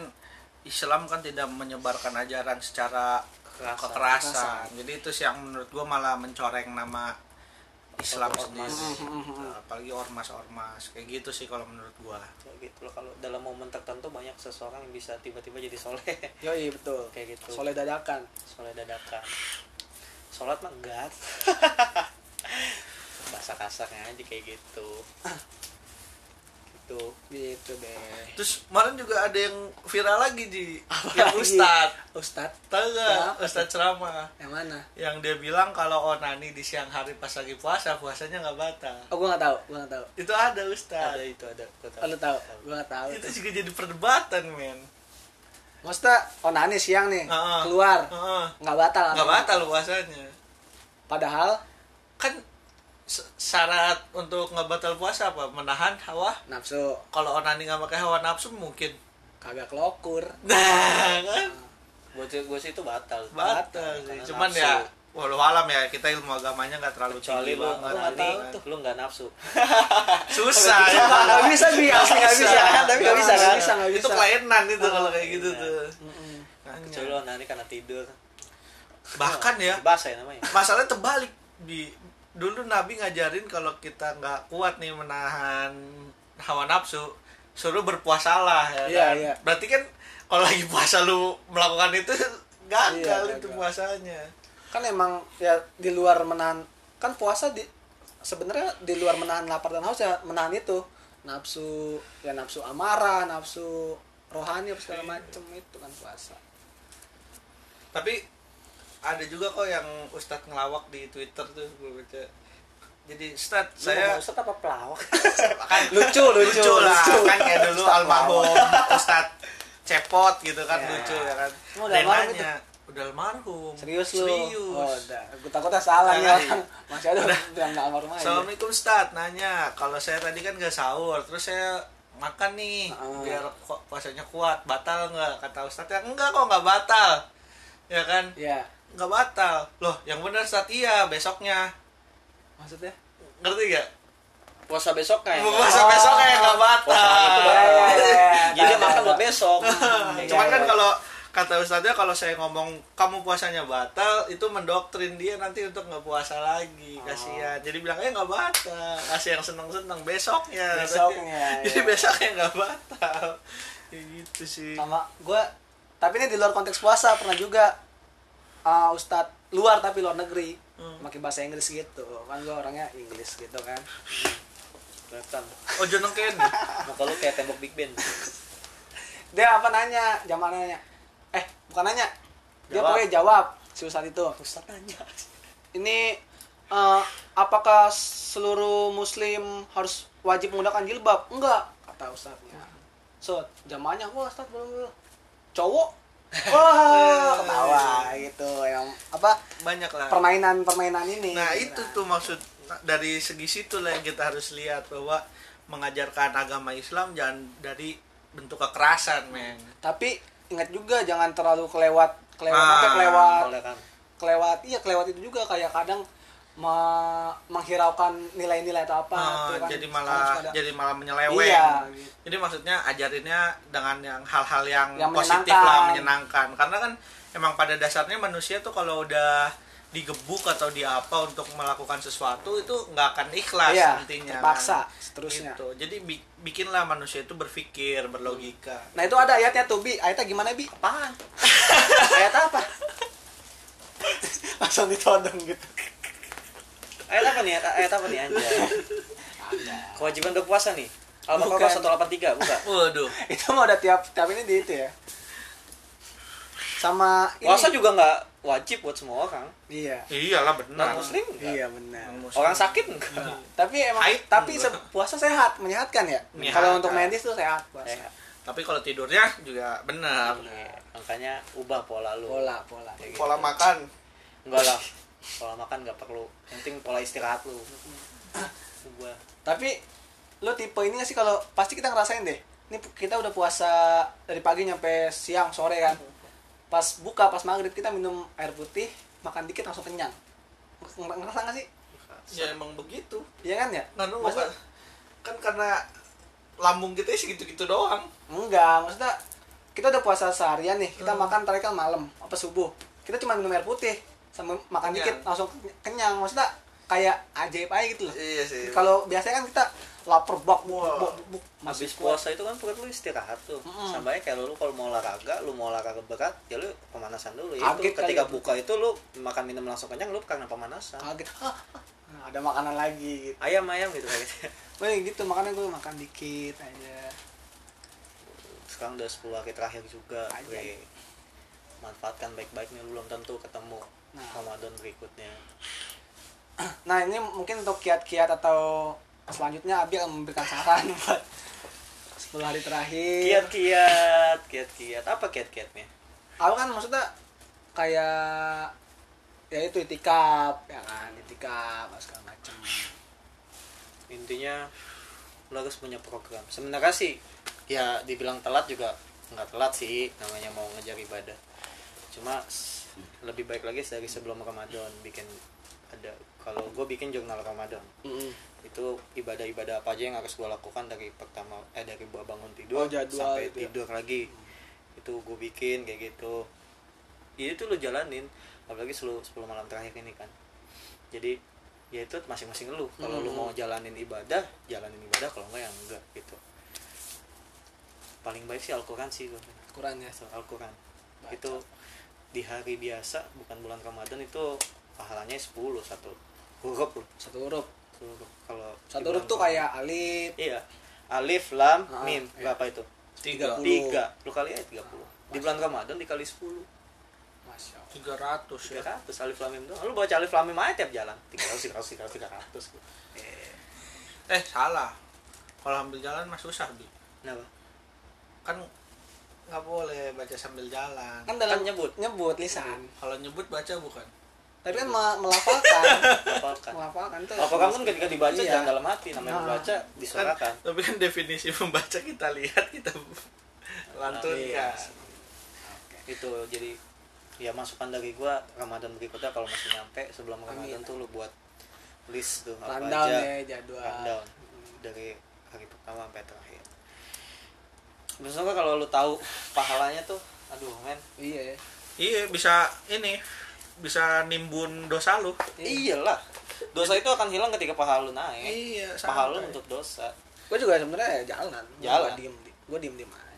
Speaker 3: Islam kan tidak menyebarkan ajaran secara kekerasan.
Speaker 2: Kekerasan.
Speaker 3: Jadi itu sih yang menurut gua malah mencoreng nama Islam
Speaker 4: Ormas.
Speaker 3: sendiri.
Speaker 2: Mhm, mhm.
Speaker 3: Nah, Apalagi ormas-ormas kayak gitu sih kalau menurut gua.
Speaker 4: Kayak gitu loh kalau dalam momen tertentu banyak seseorang yang bisa tiba-tiba jadi soleh
Speaker 2: Yoi, betul
Speaker 4: kayak gitu
Speaker 2: soleh dadakan
Speaker 4: soleh dadakan sholat mah enggak bahasa kasarnya aja kayak gitu gitu
Speaker 2: gitu deh
Speaker 3: Terus kemarin juga ada yang viral lagi di yang
Speaker 2: lagi?
Speaker 3: Ustad.
Speaker 2: Ustad
Speaker 3: Tahu
Speaker 2: Kenapa
Speaker 3: gak? Ustad ceramah.
Speaker 2: yang mana
Speaker 3: Yang dia bilang kalau onani di siang hari pas lagi puasa, puasanya nggak batal.
Speaker 2: oh gue nggak tahu gue nggak tahu
Speaker 3: Itu ada Ustad.
Speaker 4: ada itu ada gua tahu.
Speaker 2: oh, lu tahu Gitu. gue nggak tahu
Speaker 3: Itu juga jadi perdebatan, men.
Speaker 2: Maksudnya onani oh, siang nih
Speaker 3: Heeh.
Speaker 2: keluar
Speaker 3: Heeh.
Speaker 2: Ah, nggak batal
Speaker 3: Nggak batal puasanya.
Speaker 2: padahal
Speaker 3: Kan s- syarat untuk nggak batal puasa apa? Menahan hawa.
Speaker 2: nafsu
Speaker 3: Kalau onani nggak pakai hawa nafsu mungkin.
Speaker 2: kagak kelokur
Speaker 3: Nah, kan?
Speaker 4: gua sih gua sih itu batal
Speaker 3: batal sih
Speaker 4: Karena
Speaker 3: cuman
Speaker 4: nafsu.
Speaker 3: ya walau alam ya kita ilmu agamanya nggak terlalu
Speaker 4: kecuali
Speaker 3: tinggi
Speaker 4: lu
Speaker 3: banget
Speaker 4: nggak
Speaker 3: jadi
Speaker 4: tahu tuh lu nggak nafsu
Speaker 3: susah ya.
Speaker 2: Ah, nggak bisa bi asli nggak bisa kan tapi nggak bisa nggak bisa nggak bisa
Speaker 3: itu kelainan itu kalau kayak gitu tuh
Speaker 2: Mm-mm.
Speaker 3: Makanya.
Speaker 4: Iya. kecuali lu nanti karena tidur
Speaker 3: bahkan Iya. ya
Speaker 4: basah ya namanya
Speaker 3: masalahnya terbalik di dulu Nabi ngajarin kalau kita nggak kuat nih menahan hawa nafsu suruh berpuasalah ya
Speaker 2: Iya,
Speaker 3: kan?
Speaker 2: iya.
Speaker 3: berarti kan kalau lagi puasa lu melakukan itu gagal
Speaker 2: Iya,
Speaker 3: itu
Speaker 2: gagal.
Speaker 3: puasanya
Speaker 2: kan emang ya di luar menahan kan puasa di sebenarnya di luar menahan lapar dan haus ya menahan itu nafsu ya nafsu amarah nafsu rohani apa segala macem itu kan puasa
Speaker 3: tapi ada juga kok yang Ustadz ngelawak di Twitter tuh gue baca jadi Ustadz saya
Speaker 4: Lu apa pelawak
Speaker 3: kan
Speaker 2: Lucu, lucu,
Speaker 3: lah
Speaker 2: lucu.
Speaker 3: kan kayak dulu almarhum Ustadz cepot gitu kan
Speaker 2: Iya.
Speaker 3: lucu ya kan
Speaker 2: Emang udah
Speaker 3: dan
Speaker 2: almarhum
Speaker 3: nanya udah almarhum
Speaker 2: serius lu
Speaker 3: serius
Speaker 2: oh udah gue takutnya salah
Speaker 4: Nah,
Speaker 2: nih
Speaker 3: Jangan.
Speaker 4: iya.
Speaker 2: orang masih ada
Speaker 3: Udah.
Speaker 2: bilang nggak almarhum aja
Speaker 3: Assalamualaikum Ustadz nanya kalau saya tadi kan gak sahur terus saya makan nih
Speaker 2: Ah.
Speaker 3: biar ku- puasanya kuat batal nggak kata Ustadz ya enggak kok nggak batal ya kan
Speaker 2: ya
Speaker 3: nggak batal loh yang benar Ustadz iya besoknya
Speaker 2: maksudnya
Speaker 3: ngerti gak?
Speaker 4: puasa besok kayak
Speaker 2: Oh.
Speaker 3: Mau puasa besok kayak nggak
Speaker 4: itu
Speaker 3: batal.
Speaker 4: batal.
Speaker 2: ya, ya, ya.
Speaker 4: jadi
Speaker 2: Tahu,
Speaker 4: makan
Speaker 2: tahu,
Speaker 4: buat
Speaker 2: tahu.
Speaker 4: besok
Speaker 3: Cuman
Speaker 2: Iya,
Speaker 3: kan
Speaker 2: iya.
Speaker 3: kalau kata ustaznya kalau saya ngomong kamu puasanya batal itu mendoktrin dia nanti untuk nggak puasa
Speaker 2: Oh.
Speaker 3: lagi kasihan jadi bilangnya nggak batal kasih yang seneng seneng besoknya
Speaker 2: Besoknya,
Speaker 3: jadi
Speaker 2: iya.
Speaker 3: besoknya nggak batal ya gitu sih
Speaker 2: sama gue tapi ini di luar konteks puasa pernah juga uh, ustadz luar tapi luar negeri
Speaker 3: Hmm.
Speaker 2: pakai bahasa Inggris gitu kan gue orangnya Inggris gitu kan
Speaker 4: kelihatan
Speaker 3: oh nengken
Speaker 4: muka lu kayak tembok big band
Speaker 2: dia apa nanya Jamal nanya eh bukan nanya dia
Speaker 4: Jawab.
Speaker 2: pokoknya jawab si ustadz itu
Speaker 4: pusat aja
Speaker 2: ini eh, apakah seluruh muslim harus wajib menggunakan jilbab enggak kata ustadznya so jamaahnya wah ustadz belum belum." cowok wah
Speaker 3: Hmm.
Speaker 2: ketawa gitu yang apa
Speaker 3: banyak lah
Speaker 2: permainan permainan ini
Speaker 3: Nah itu tuh maksud nah, dari segi situ lah yang kita harus lihat bahwa mengajarkan agama Islam jangan dari bentuk kekerasan men.
Speaker 2: tapi ingat juga jangan terlalu kelewat kelewat
Speaker 3: Ah,
Speaker 2: apa, kelewat
Speaker 4: boleh kan
Speaker 2: kelewat iya kelewat itu juga kayak kadang me- menghiraukan nilai-nilai atau apa
Speaker 3: Ah,
Speaker 2: tuh kan.
Speaker 3: jadi
Speaker 2: Harus
Speaker 3: malah
Speaker 2: ada-
Speaker 3: jadi malah menyeleweng.
Speaker 2: Iya, gitu.
Speaker 3: Jadi maksudnya ajarinnya dengan yang hal-hal yang,
Speaker 2: Yang
Speaker 3: positif
Speaker 2: menyenangkan.
Speaker 3: lah menyenangkan. Karena kan emang pada dasarnya manusia tuh kalau udah digebuk atau di apa untuk melakukan sesuatu itu nggak akan ikhlas
Speaker 2: Iya,
Speaker 3: intinya. kan.
Speaker 2: terpaksa, seterusnya.
Speaker 3: Gitu. Jadi bi- bikinlah manusia itu berpikir, berlogika.
Speaker 2: nah itu ada ayatnya tuh bi ayatnya gimana bi
Speaker 4: apaan
Speaker 2: ayat apa langsung ditodong gitu
Speaker 4: ayat apa nih ayat, ayat apa nih anjay kewajiban untuk puasa nih Al-Baqarah
Speaker 2: Bukan.
Speaker 4: 183 buka
Speaker 3: Waduh.
Speaker 2: itu mah udah tiap tiap ini di itu ya sama ini
Speaker 4: puasa juga nggak wajib buat semua orang
Speaker 2: iya
Speaker 3: Iyalah benar.
Speaker 4: non muslim nggak.
Speaker 2: iya benar
Speaker 4: orang sakit Eh, enggak
Speaker 2: tapi emang
Speaker 3: Haid
Speaker 2: tapi
Speaker 3: enggak.
Speaker 2: se- puasa sehat menyehatkan ya
Speaker 3: Menyehatkan.
Speaker 2: kalau untuk medis tuh sehat puasa
Speaker 4: Sehat.
Speaker 3: Tapi kalau tidurnya juga benar.
Speaker 4: makanya ubah Iya. pola lu
Speaker 2: pola pola
Speaker 4: Kayak gitu.
Speaker 3: Pola makan.
Speaker 4: enggak lah pola makan nggak perlu Yang penting pola istirahat lu ubah
Speaker 2: Tapi lo tipe ini gak sih kalau pasti kita ngerasain deh. Ini pu- kita udah puasa dari pagi nyampe siang sore kan. Pas buka pas maghrib kita minum air putih, makan dikit langsung kenyang. Nger- Ngerasa gak sih?
Speaker 3: Ya emang begitu.
Speaker 2: Iya kan ya?
Speaker 3: Nah, lu
Speaker 2: Maksudnya-
Speaker 3: makan- kan karena lambung kita segitu-gitu doang.
Speaker 2: enggak, maksudnya kita udah puasa seharian nih,
Speaker 3: Hmm.
Speaker 2: kita makan tarik kan malam apa subuh. Kita cuma minum air putih sama makan
Speaker 3: Kenyang.
Speaker 2: dikit langsung keny- kenyang. Maksudnya kayak ajaib aja gitu loh.
Speaker 3: Iya sih.
Speaker 2: Kalau biasanya kan kita lapar bak buk buk buk masih
Speaker 4: habis puasa itu kan perut lu istirahat tuh
Speaker 2: Mm-mm.
Speaker 4: sama aja kayak lu kalau mau olahraga lu mau olahraga berat ya lu pemanasan dulu ya
Speaker 2: Kaget
Speaker 4: itu
Speaker 2: kali
Speaker 4: ketika
Speaker 2: ya.
Speaker 4: buka itu lu makan minum langsung kenyang lu karena pemanasan
Speaker 2: kaget. Ah, ah. Nah, ada makanan lagi gitu.
Speaker 4: ayam ayam gitu kayak gitu.
Speaker 2: Wah, gitu makanya gue makan dikit aja.
Speaker 4: sekarang udah 10 hari terakhir juga
Speaker 2: Aja.
Speaker 4: Bre. manfaatkan baik-baik nih lu belum tentu ketemu
Speaker 2: Nah.
Speaker 4: Ramadan berikutnya
Speaker 2: Nah ini mungkin untuk kiat-kiat atau selanjutnya Abi akan memberikan saran buat 10 hari terakhir.
Speaker 4: kiat-kiat kiat-kiat apa kiat-kiatnya
Speaker 2: Aku kan maksudnya kayak ya itu itikaf ya kan itikaf segala macam.
Speaker 4: intinya lu harus punya program sebenarnya sih ya dibilang telat juga nggak telat sih namanya mau ngejar ibadah cuma s- lebih baik lagi dari sebelum Ramadan bikin ada kalau gue bikin jurnal Ramadan itu ibadah-ibadah apa aja yang harus gue lakukan dari pertama eh dari gua bangun tidur
Speaker 2: Oh, jadwal
Speaker 4: sampai
Speaker 2: gitu ya.
Speaker 4: tidur lagi itu gue bikin kayak gitu ya itu lo jalanin apalagi selalu 10 malam terakhir ini kan jadi ya itu masing-masing lu kalau lu
Speaker 2: Hmm.
Speaker 4: mau jalanin ibadah jalanin ibadah kalau enggak ya enggak gitu paling baik sih Al-Quran sih gua.
Speaker 2: Kurangnya
Speaker 4: So, Al-Quran itu di hari biasa bukan bulan Ramadan itu pahalanya 10 satu huruf loh
Speaker 2: satu huruf.
Speaker 4: Tuh, kalau
Speaker 2: Satu huruf
Speaker 4: dibilang
Speaker 2: tuh kayak alif.
Speaker 4: iya alif lam
Speaker 2: Ah,
Speaker 4: mim
Speaker 2: iya.
Speaker 4: berapa itu
Speaker 3: tiga
Speaker 2: 30.
Speaker 4: tiga lu kali aja tiga puluh di bulan ramadan dikali sepuluh
Speaker 2: Masya Allah.
Speaker 3: tiga ratus
Speaker 2: Iya.
Speaker 3: ya
Speaker 4: tiga ratus alif lam mim doang lu baca alif lam mim aja tiap jalan tiga ratus tiga ratus tiga ratus tiga ratus
Speaker 3: eh salah kalau ambil jalan mah susah bi
Speaker 4: kenapa
Speaker 3: kan nggak boleh baca sambil jalan
Speaker 2: Kan dalam
Speaker 4: Kan nyebut.
Speaker 2: nyebut lisan.
Speaker 3: kalau nyebut baca bukan
Speaker 2: Tapi kan me- melafalkan.
Speaker 4: apalkan
Speaker 2: melafalkan tuh.
Speaker 4: apa kamu kan ketika dibaca
Speaker 2: Iya.
Speaker 4: jangan dalam hati namanya
Speaker 2: Ah.
Speaker 4: dibaca
Speaker 3: kan,
Speaker 4: disuarakan
Speaker 3: tapi kan definisi membaca kita lihat kita kan. lantunkan
Speaker 4: Iya. itu Gitu. jadi ya masukan dari gua ramadan berikutnya kalau masih nyampe sebelum ramadan tuh lu buat list tuh apa
Speaker 2: Rundown
Speaker 4: aja
Speaker 2: ya jadwal.
Speaker 4: rundown dari hari pertama sampai terakhir. Maksudnya kalau lu tahu pahalanya tuh, aduh men.
Speaker 2: Iya. ya.
Speaker 3: iya bisa ini bisa nimbun dosa lu
Speaker 4: Iyalah. Dosa itu akan hilang ketika pahala lu naik.
Speaker 3: iya
Speaker 4: pahala lu
Speaker 3: santai.
Speaker 4: untuk dosa.
Speaker 2: gue juga sebenarnya ya jalan
Speaker 4: Jalan.
Speaker 2: gue diem gue diem diem aja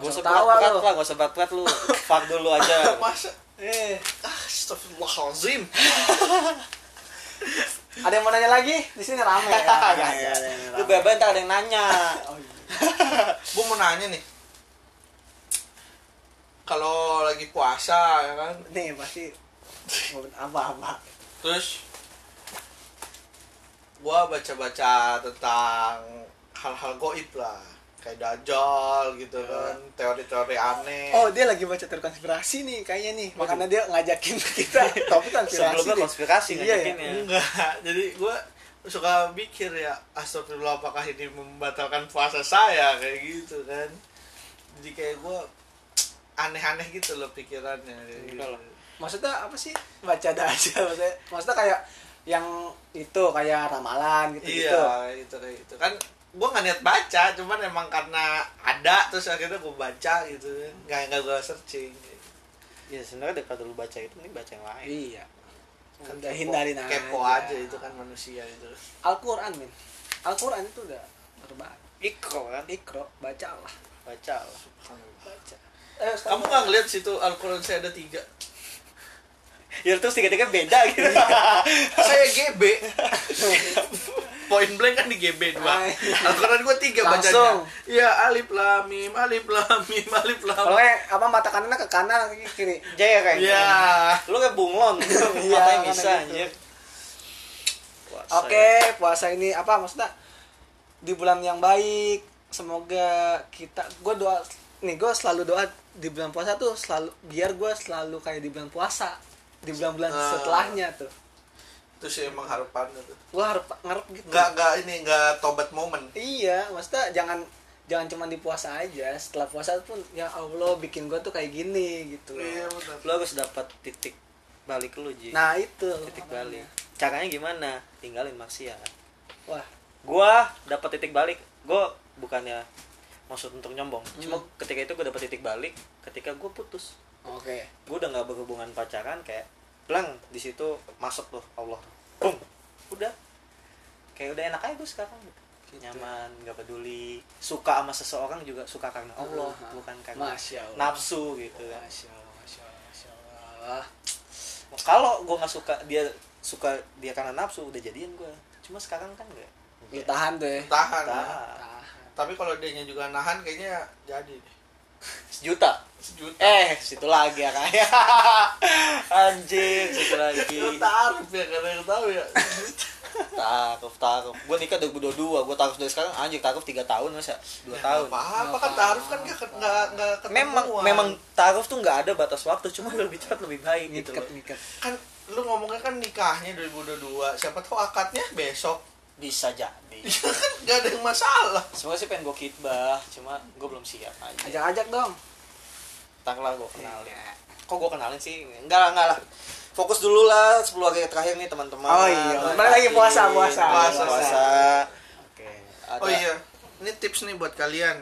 Speaker 4: Gak usah
Speaker 2: Tawa
Speaker 4: berat
Speaker 2: lu.
Speaker 4: lah, gak usah berat lu. Fuck dulu aja.
Speaker 3: masa
Speaker 2: eh
Speaker 3: astagfirullahaladzim
Speaker 2: ada yang mau nanya lagi di sini rame ya
Speaker 4: Gak
Speaker 2: Ada
Speaker 4: ada.
Speaker 2: yang
Speaker 4: Iya, Lu
Speaker 2: rame.
Speaker 4: bebas ntar ada yang nanya.
Speaker 2: Oh, iya.
Speaker 3: gue mau nanya nih kalau lagi puasa ya kan
Speaker 2: nih pasti apa apa
Speaker 3: terus gua baca-baca tentang hal-hal goib lah kayak dajjal gitu kan teori-teori
Speaker 4: Iya.
Speaker 3: aneh
Speaker 2: oh dia lagi baca teori konspirasi nih kayaknya nih makanya dia ngajakin kita topik konspirasi
Speaker 4: Sebelumnya
Speaker 2: nih.
Speaker 4: konspirasi
Speaker 2: Iya,
Speaker 4: ngajakin ya.
Speaker 3: enggak jadi gua suka mikir ya astagfirullah apakah ini membatalkan puasa saya kayak gitu kan jadi kayak gua aneh-aneh gitu loh pikirannya kayak gitu.
Speaker 4: Enggak lah.
Speaker 2: maksudnya apa sih baca aja maksudnya maksudnya kayak yang itu kayak ramalan gitu gitu
Speaker 3: iya gitu kayak gitu kan gua nggak niat baca cuman emang karena ada terus akhirnya gua baca gitu kan nggak nggak gua searching
Speaker 4: Ya sebenarnya daripada lu baca itu, mending baca yang lain.
Speaker 2: iya
Speaker 3: Kan
Speaker 2: udah
Speaker 3: kepo-
Speaker 2: hindarin aja
Speaker 3: kepo aja. itu kan manusia itu
Speaker 2: Al-Quran min Al-Quran itu udah terbaik
Speaker 4: Ikro kan,
Speaker 2: Ikro, bacalah
Speaker 4: baca lah.
Speaker 2: baca eh, sekarang-
Speaker 3: kamu nggak ngeliat situ Al-Quran saya ada tiga
Speaker 4: Ya terus tiga-tiga beda gitu.
Speaker 2: Iya.
Speaker 3: saya GB point blank kan di GB dua
Speaker 2: Hai.
Speaker 3: Al-Quran gua tiga
Speaker 2: Langsung.
Speaker 3: bacanya iya alif lam mim alif lam mim alif lam
Speaker 2: Kalau nggak, apa mata kanannya ke kanan kaki ke kiri.
Speaker 4: Jaya kayak gitu.
Speaker 3: ya
Speaker 4: lu kayak bunglon
Speaker 2: Iya,
Speaker 4: matanya
Speaker 2: kan
Speaker 4: bisa
Speaker 2: gitu.
Speaker 4: anjir Puasa
Speaker 2: Oke, puasa ini apa maksudnya? Di bulan yang baik, semoga kita gue doa nih gue selalu doa di bulan puasa tuh selalu biar gue selalu kayak di bulan puasa di bulan-bulan
Speaker 3: Ah.
Speaker 2: setelahnya tuh
Speaker 3: itu sih emang harapannya tuh
Speaker 2: gue harap ngarep gitu
Speaker 3: nggak nggak ini nggak tobat momen
Speaker 2: iya maksudnya jangan jangan cuma di puasa aja setelah puasa pun ya allah bikin gue tuh kayak gini gitu loh.
Speaker 3: iya benar
Speaker 4: ya. lu harus dapat titik balik lu Ji
Speaker 2: nah itu
Speaker 4: titik balik caranya gimana tinggalin maksiat
Speaker 2: wah
Speaker 4: gua dapat titik balik gua bukannya maksud untuk nyombong
Speaker 2: Hmm.
Speaker 4: cuma ketika itu gua dapat titik balik ketika gua putus
Speaker 2: oke
Speaker 4: gua udah nggak berhubungan pacaran kayak lang di situ masuk tuh Allah Bum. udah kayak udah enak aja gue sekarang
Speaker 2: Gitu.
Speaker 4: nyaman nggak peduli suka sama seseorang juga suka karena Allah
Speaker 2: Aha.
Speaker 4: bukan karena
Speaker 2: Masya Allah.
Speaker 4: nafsu gitu kan
Speaker 2: Masya Allah, Masya Allah, Masya Allah.
Speaker 4: kalau gue nggak suka dia suka dia karena nafsu udah jadian gue cuma sekarang kan enggak
Speaker 2: Lu tahan tuh ya.
Speaker 3: tahan ya.
Speaker 4: Tahan.
Speaker 2: Tahan.
Speaker 3: tapi kalau dia juga nahan kayaknya jadi deh.
Speaker 4: sejuta
Speaker 3: sejuta
Speaker 4: eh situ lagi ya kayak anjing situ lagi
Speaker 3: Lu taruh ya karena yang tahu ya
Speaker 4: takuf takuf gue nikah 2022 gue takuf dari sekarang anjing takuf 3 tahun masa 2 tahun
Speaker 3: apa apa kan taruh kan nggak nggak nggak kan. ketemuan.
Speaker 4: memang memang takuf tuh nggak ada batas waktu cuma lebih cepat lebih baik gitu
Speaker 2: Ngikat
Speaker 4: loh.
Speaker 2: ngikat.
Speaker 3: kan lu ngomongnya kan nikahnya 2022 siapa tahu akadnya besok
Speaker 4: bisa jadi
Speaker 3: ya kan nggak ada yang masalah
Speaker 4: semua sih pengen gue kitbah cuma gue belum siap aja
Speaker 2: Ajak-ajak dong.
Speaker 4: tak lah gue kenalin kok gue kenalin sih enggak lah enggak lah fokus dulu lah 10 hari terakhir nih teman-teman
Speaker 2: Oh iya, balik lagi puasa, puasa.
Speaker 4: puasa,
Speaker 3: Puasa.
Speaker 4: puasa. oke ada
Speaker 3: oh iya ini tips nih buat kalian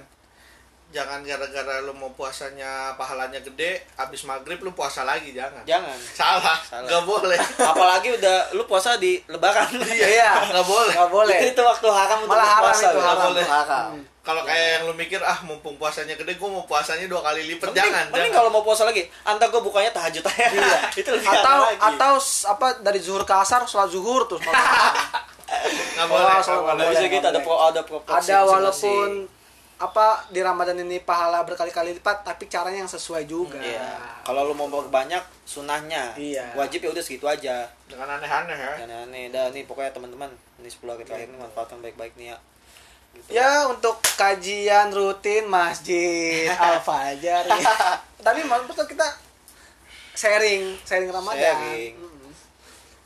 Speaker 3: jangan gara-gara lu mau puasanya pahalanya gede abis maghrib lu puasa lagi jangan
Speaker 4: jangan
Speaker 3: salah
Speaker 4: Ya. Salah.
Speaker 3: nggak boleh
Speaker 4: apalagi udah lu puasa di lebaran
Speaker 2: Iya.
Speaker 3: nggak boleh
Speaker 2: Enggak boleh.
Speaker 4: itu, itu waktu haram untuk
Speaker 2: Malah haram
Speaker 4: puasa
Speaker 2: itu,
Speaker 4: ya.
Speaker 2: haram.
Speaker 4: Waktu haram.
Speaker 2: Hmm.
Speaker 3: kalau kayak yang lu mikir ah mumpung puasanya gede gue mau puasanya dua kali lipat
Speaker 4: Mending,
Speaker 3: jangan
Speaker 4: mending
Speaker 3: jangan.
Speaker 4: kalau mau puasa lagi, antar gue bukanya tahajud aja.
Speaker 2: Iya.
Speaker 4: itu lebih
Speaker 2: Atau
Speaker 4: aneh lagi.
Speaker 2: atau s- apa dari zuhur ke asar sholat zuhur terus.
Speaker 3: nggak boleh
Speaker 2: Oh, salah.
Speaker 4: nggak
Speaker 2: boleh,
Speaker 4: bisa
Speaker 2: nggak
Speaker 4: gitu ada
Speaker 2: boleh.
Speaker 4: pro ada pro
Speaker 2: ada walaupun apa di Ramadan ini pahala berkali-kali lipat tapi caranya yang sesuai juga.
Speaker 4: Iya. Kalau lu mau banyak sunahnya,
Speaker 2: Iya.
Speaker 4: wajib ya udah segitu aja.
Speaker 3: dengan aneh-aneh ya
Speaker 4: Dan aneh, dah nih pokoknya teman-teman, ini 10 hari terakhir ini manfaatkan baik-baik nih ya. Gitu.
Speaker 2: Ya untuk kajian rutin masjid Al Fajar. ya. Tapi maksudnya kita sharing, sharing Ramadan.
Speaker 4: Sharing.
Speaker 2: Mm.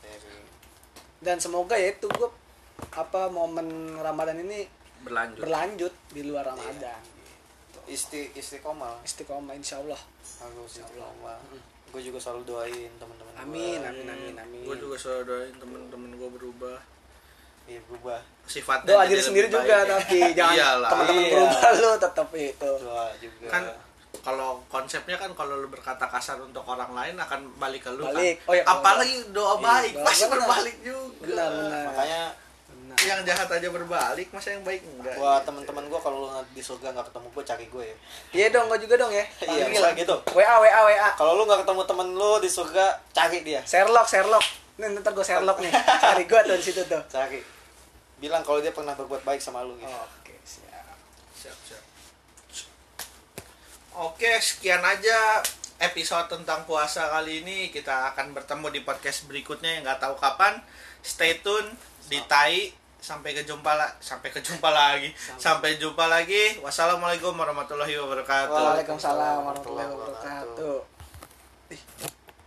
Speaker 4: Sharing.
Speaker 2: Dan semoga ya itu gue apa momen Ramadan ini
Speaker 1: berlanjut
Speaker 2: berlanjut di luar Ramadan.
Speaker 4: Isti istiqomah
Speaker 2: Istiqomah insya Allah.
Speaker 4: harus istiqomah. Gue juga selalu doain teman-teman. gua.
Speaker 2: Amin, amin, amin, amin.
Speaker 3: gue juga selalu doain temen-temen gue berubah
Speaker 4: Iya berubah.
Speaker 3: sifatnya
Speaker 2: Doa
Speaker 3: jadi
Speaker 2: diri sendiri
Speaker 3: lebih
Speaker 2: juga
Speaker 3: baik.
Speaker 2: tapi jangan
Speaker 3: Iyalah.
Speaker 2: teman-teman
Speaker 4: Iya.
Speaker 2: berubah lu tetap itu.
Speaker 4: Doa juga.
Speaker 3: kan kalau konsepnya kan kalau lu berkata kasar untuk orang lain akan balik ke lu
Speaker 2: Balik.
Speaker 3: kan
Speaker 2: Oh, iya, kalau-
Speaker 3: apalagi doa
Speaker 4: Iya,
Speaker 3: baik
Speaker 2: doa
Speaker 3: pasti
Speaker 2: benar.
Speaker 3: berbalik juga
Speaker 2: Benar, benar.
Speaker 4: makanya
Speaker 2: Benar.
Speaker 3: yang jahat aja berbalik masa yang baik enggak
Speaker 4: buat teman-teman gue kalau lu di surga nggak ketemu gue cari gue ya.
Speaker 2: Iya dong, gue juga dong ya.
Speaker 4: Iya,
Speaker 2: Panggil.
Speaker 4: bisa gitu.
Speaker 2: WA, WA, WA.
Speaker 4: Kalau lu nggak ketemu temen lu di surga, cari dia.
Speaker 2: Sherlock, Sherlock. Nih, ntar gue Sherlock nih. Cari gue tuh di situ tuh.
Speaker 4: Cari. Bilang kalau dia pernah berbuat baik sama lu gitu.
Speaker 2: Oke, siap.
Speaker 3: siap siap oke sekian aja episode tentang puasa kali ini kita akan bertemu di podcast berikutnya yang nggak tahu kapan stay tune di tai sampai kejumpa la- sampai kejumpa lagi sampai jumpa lagi wassalamualaikum warahmatullahi wabarakatuh
Speaker 2: Waalaikumsalam warahmatullahi wabarakatuh.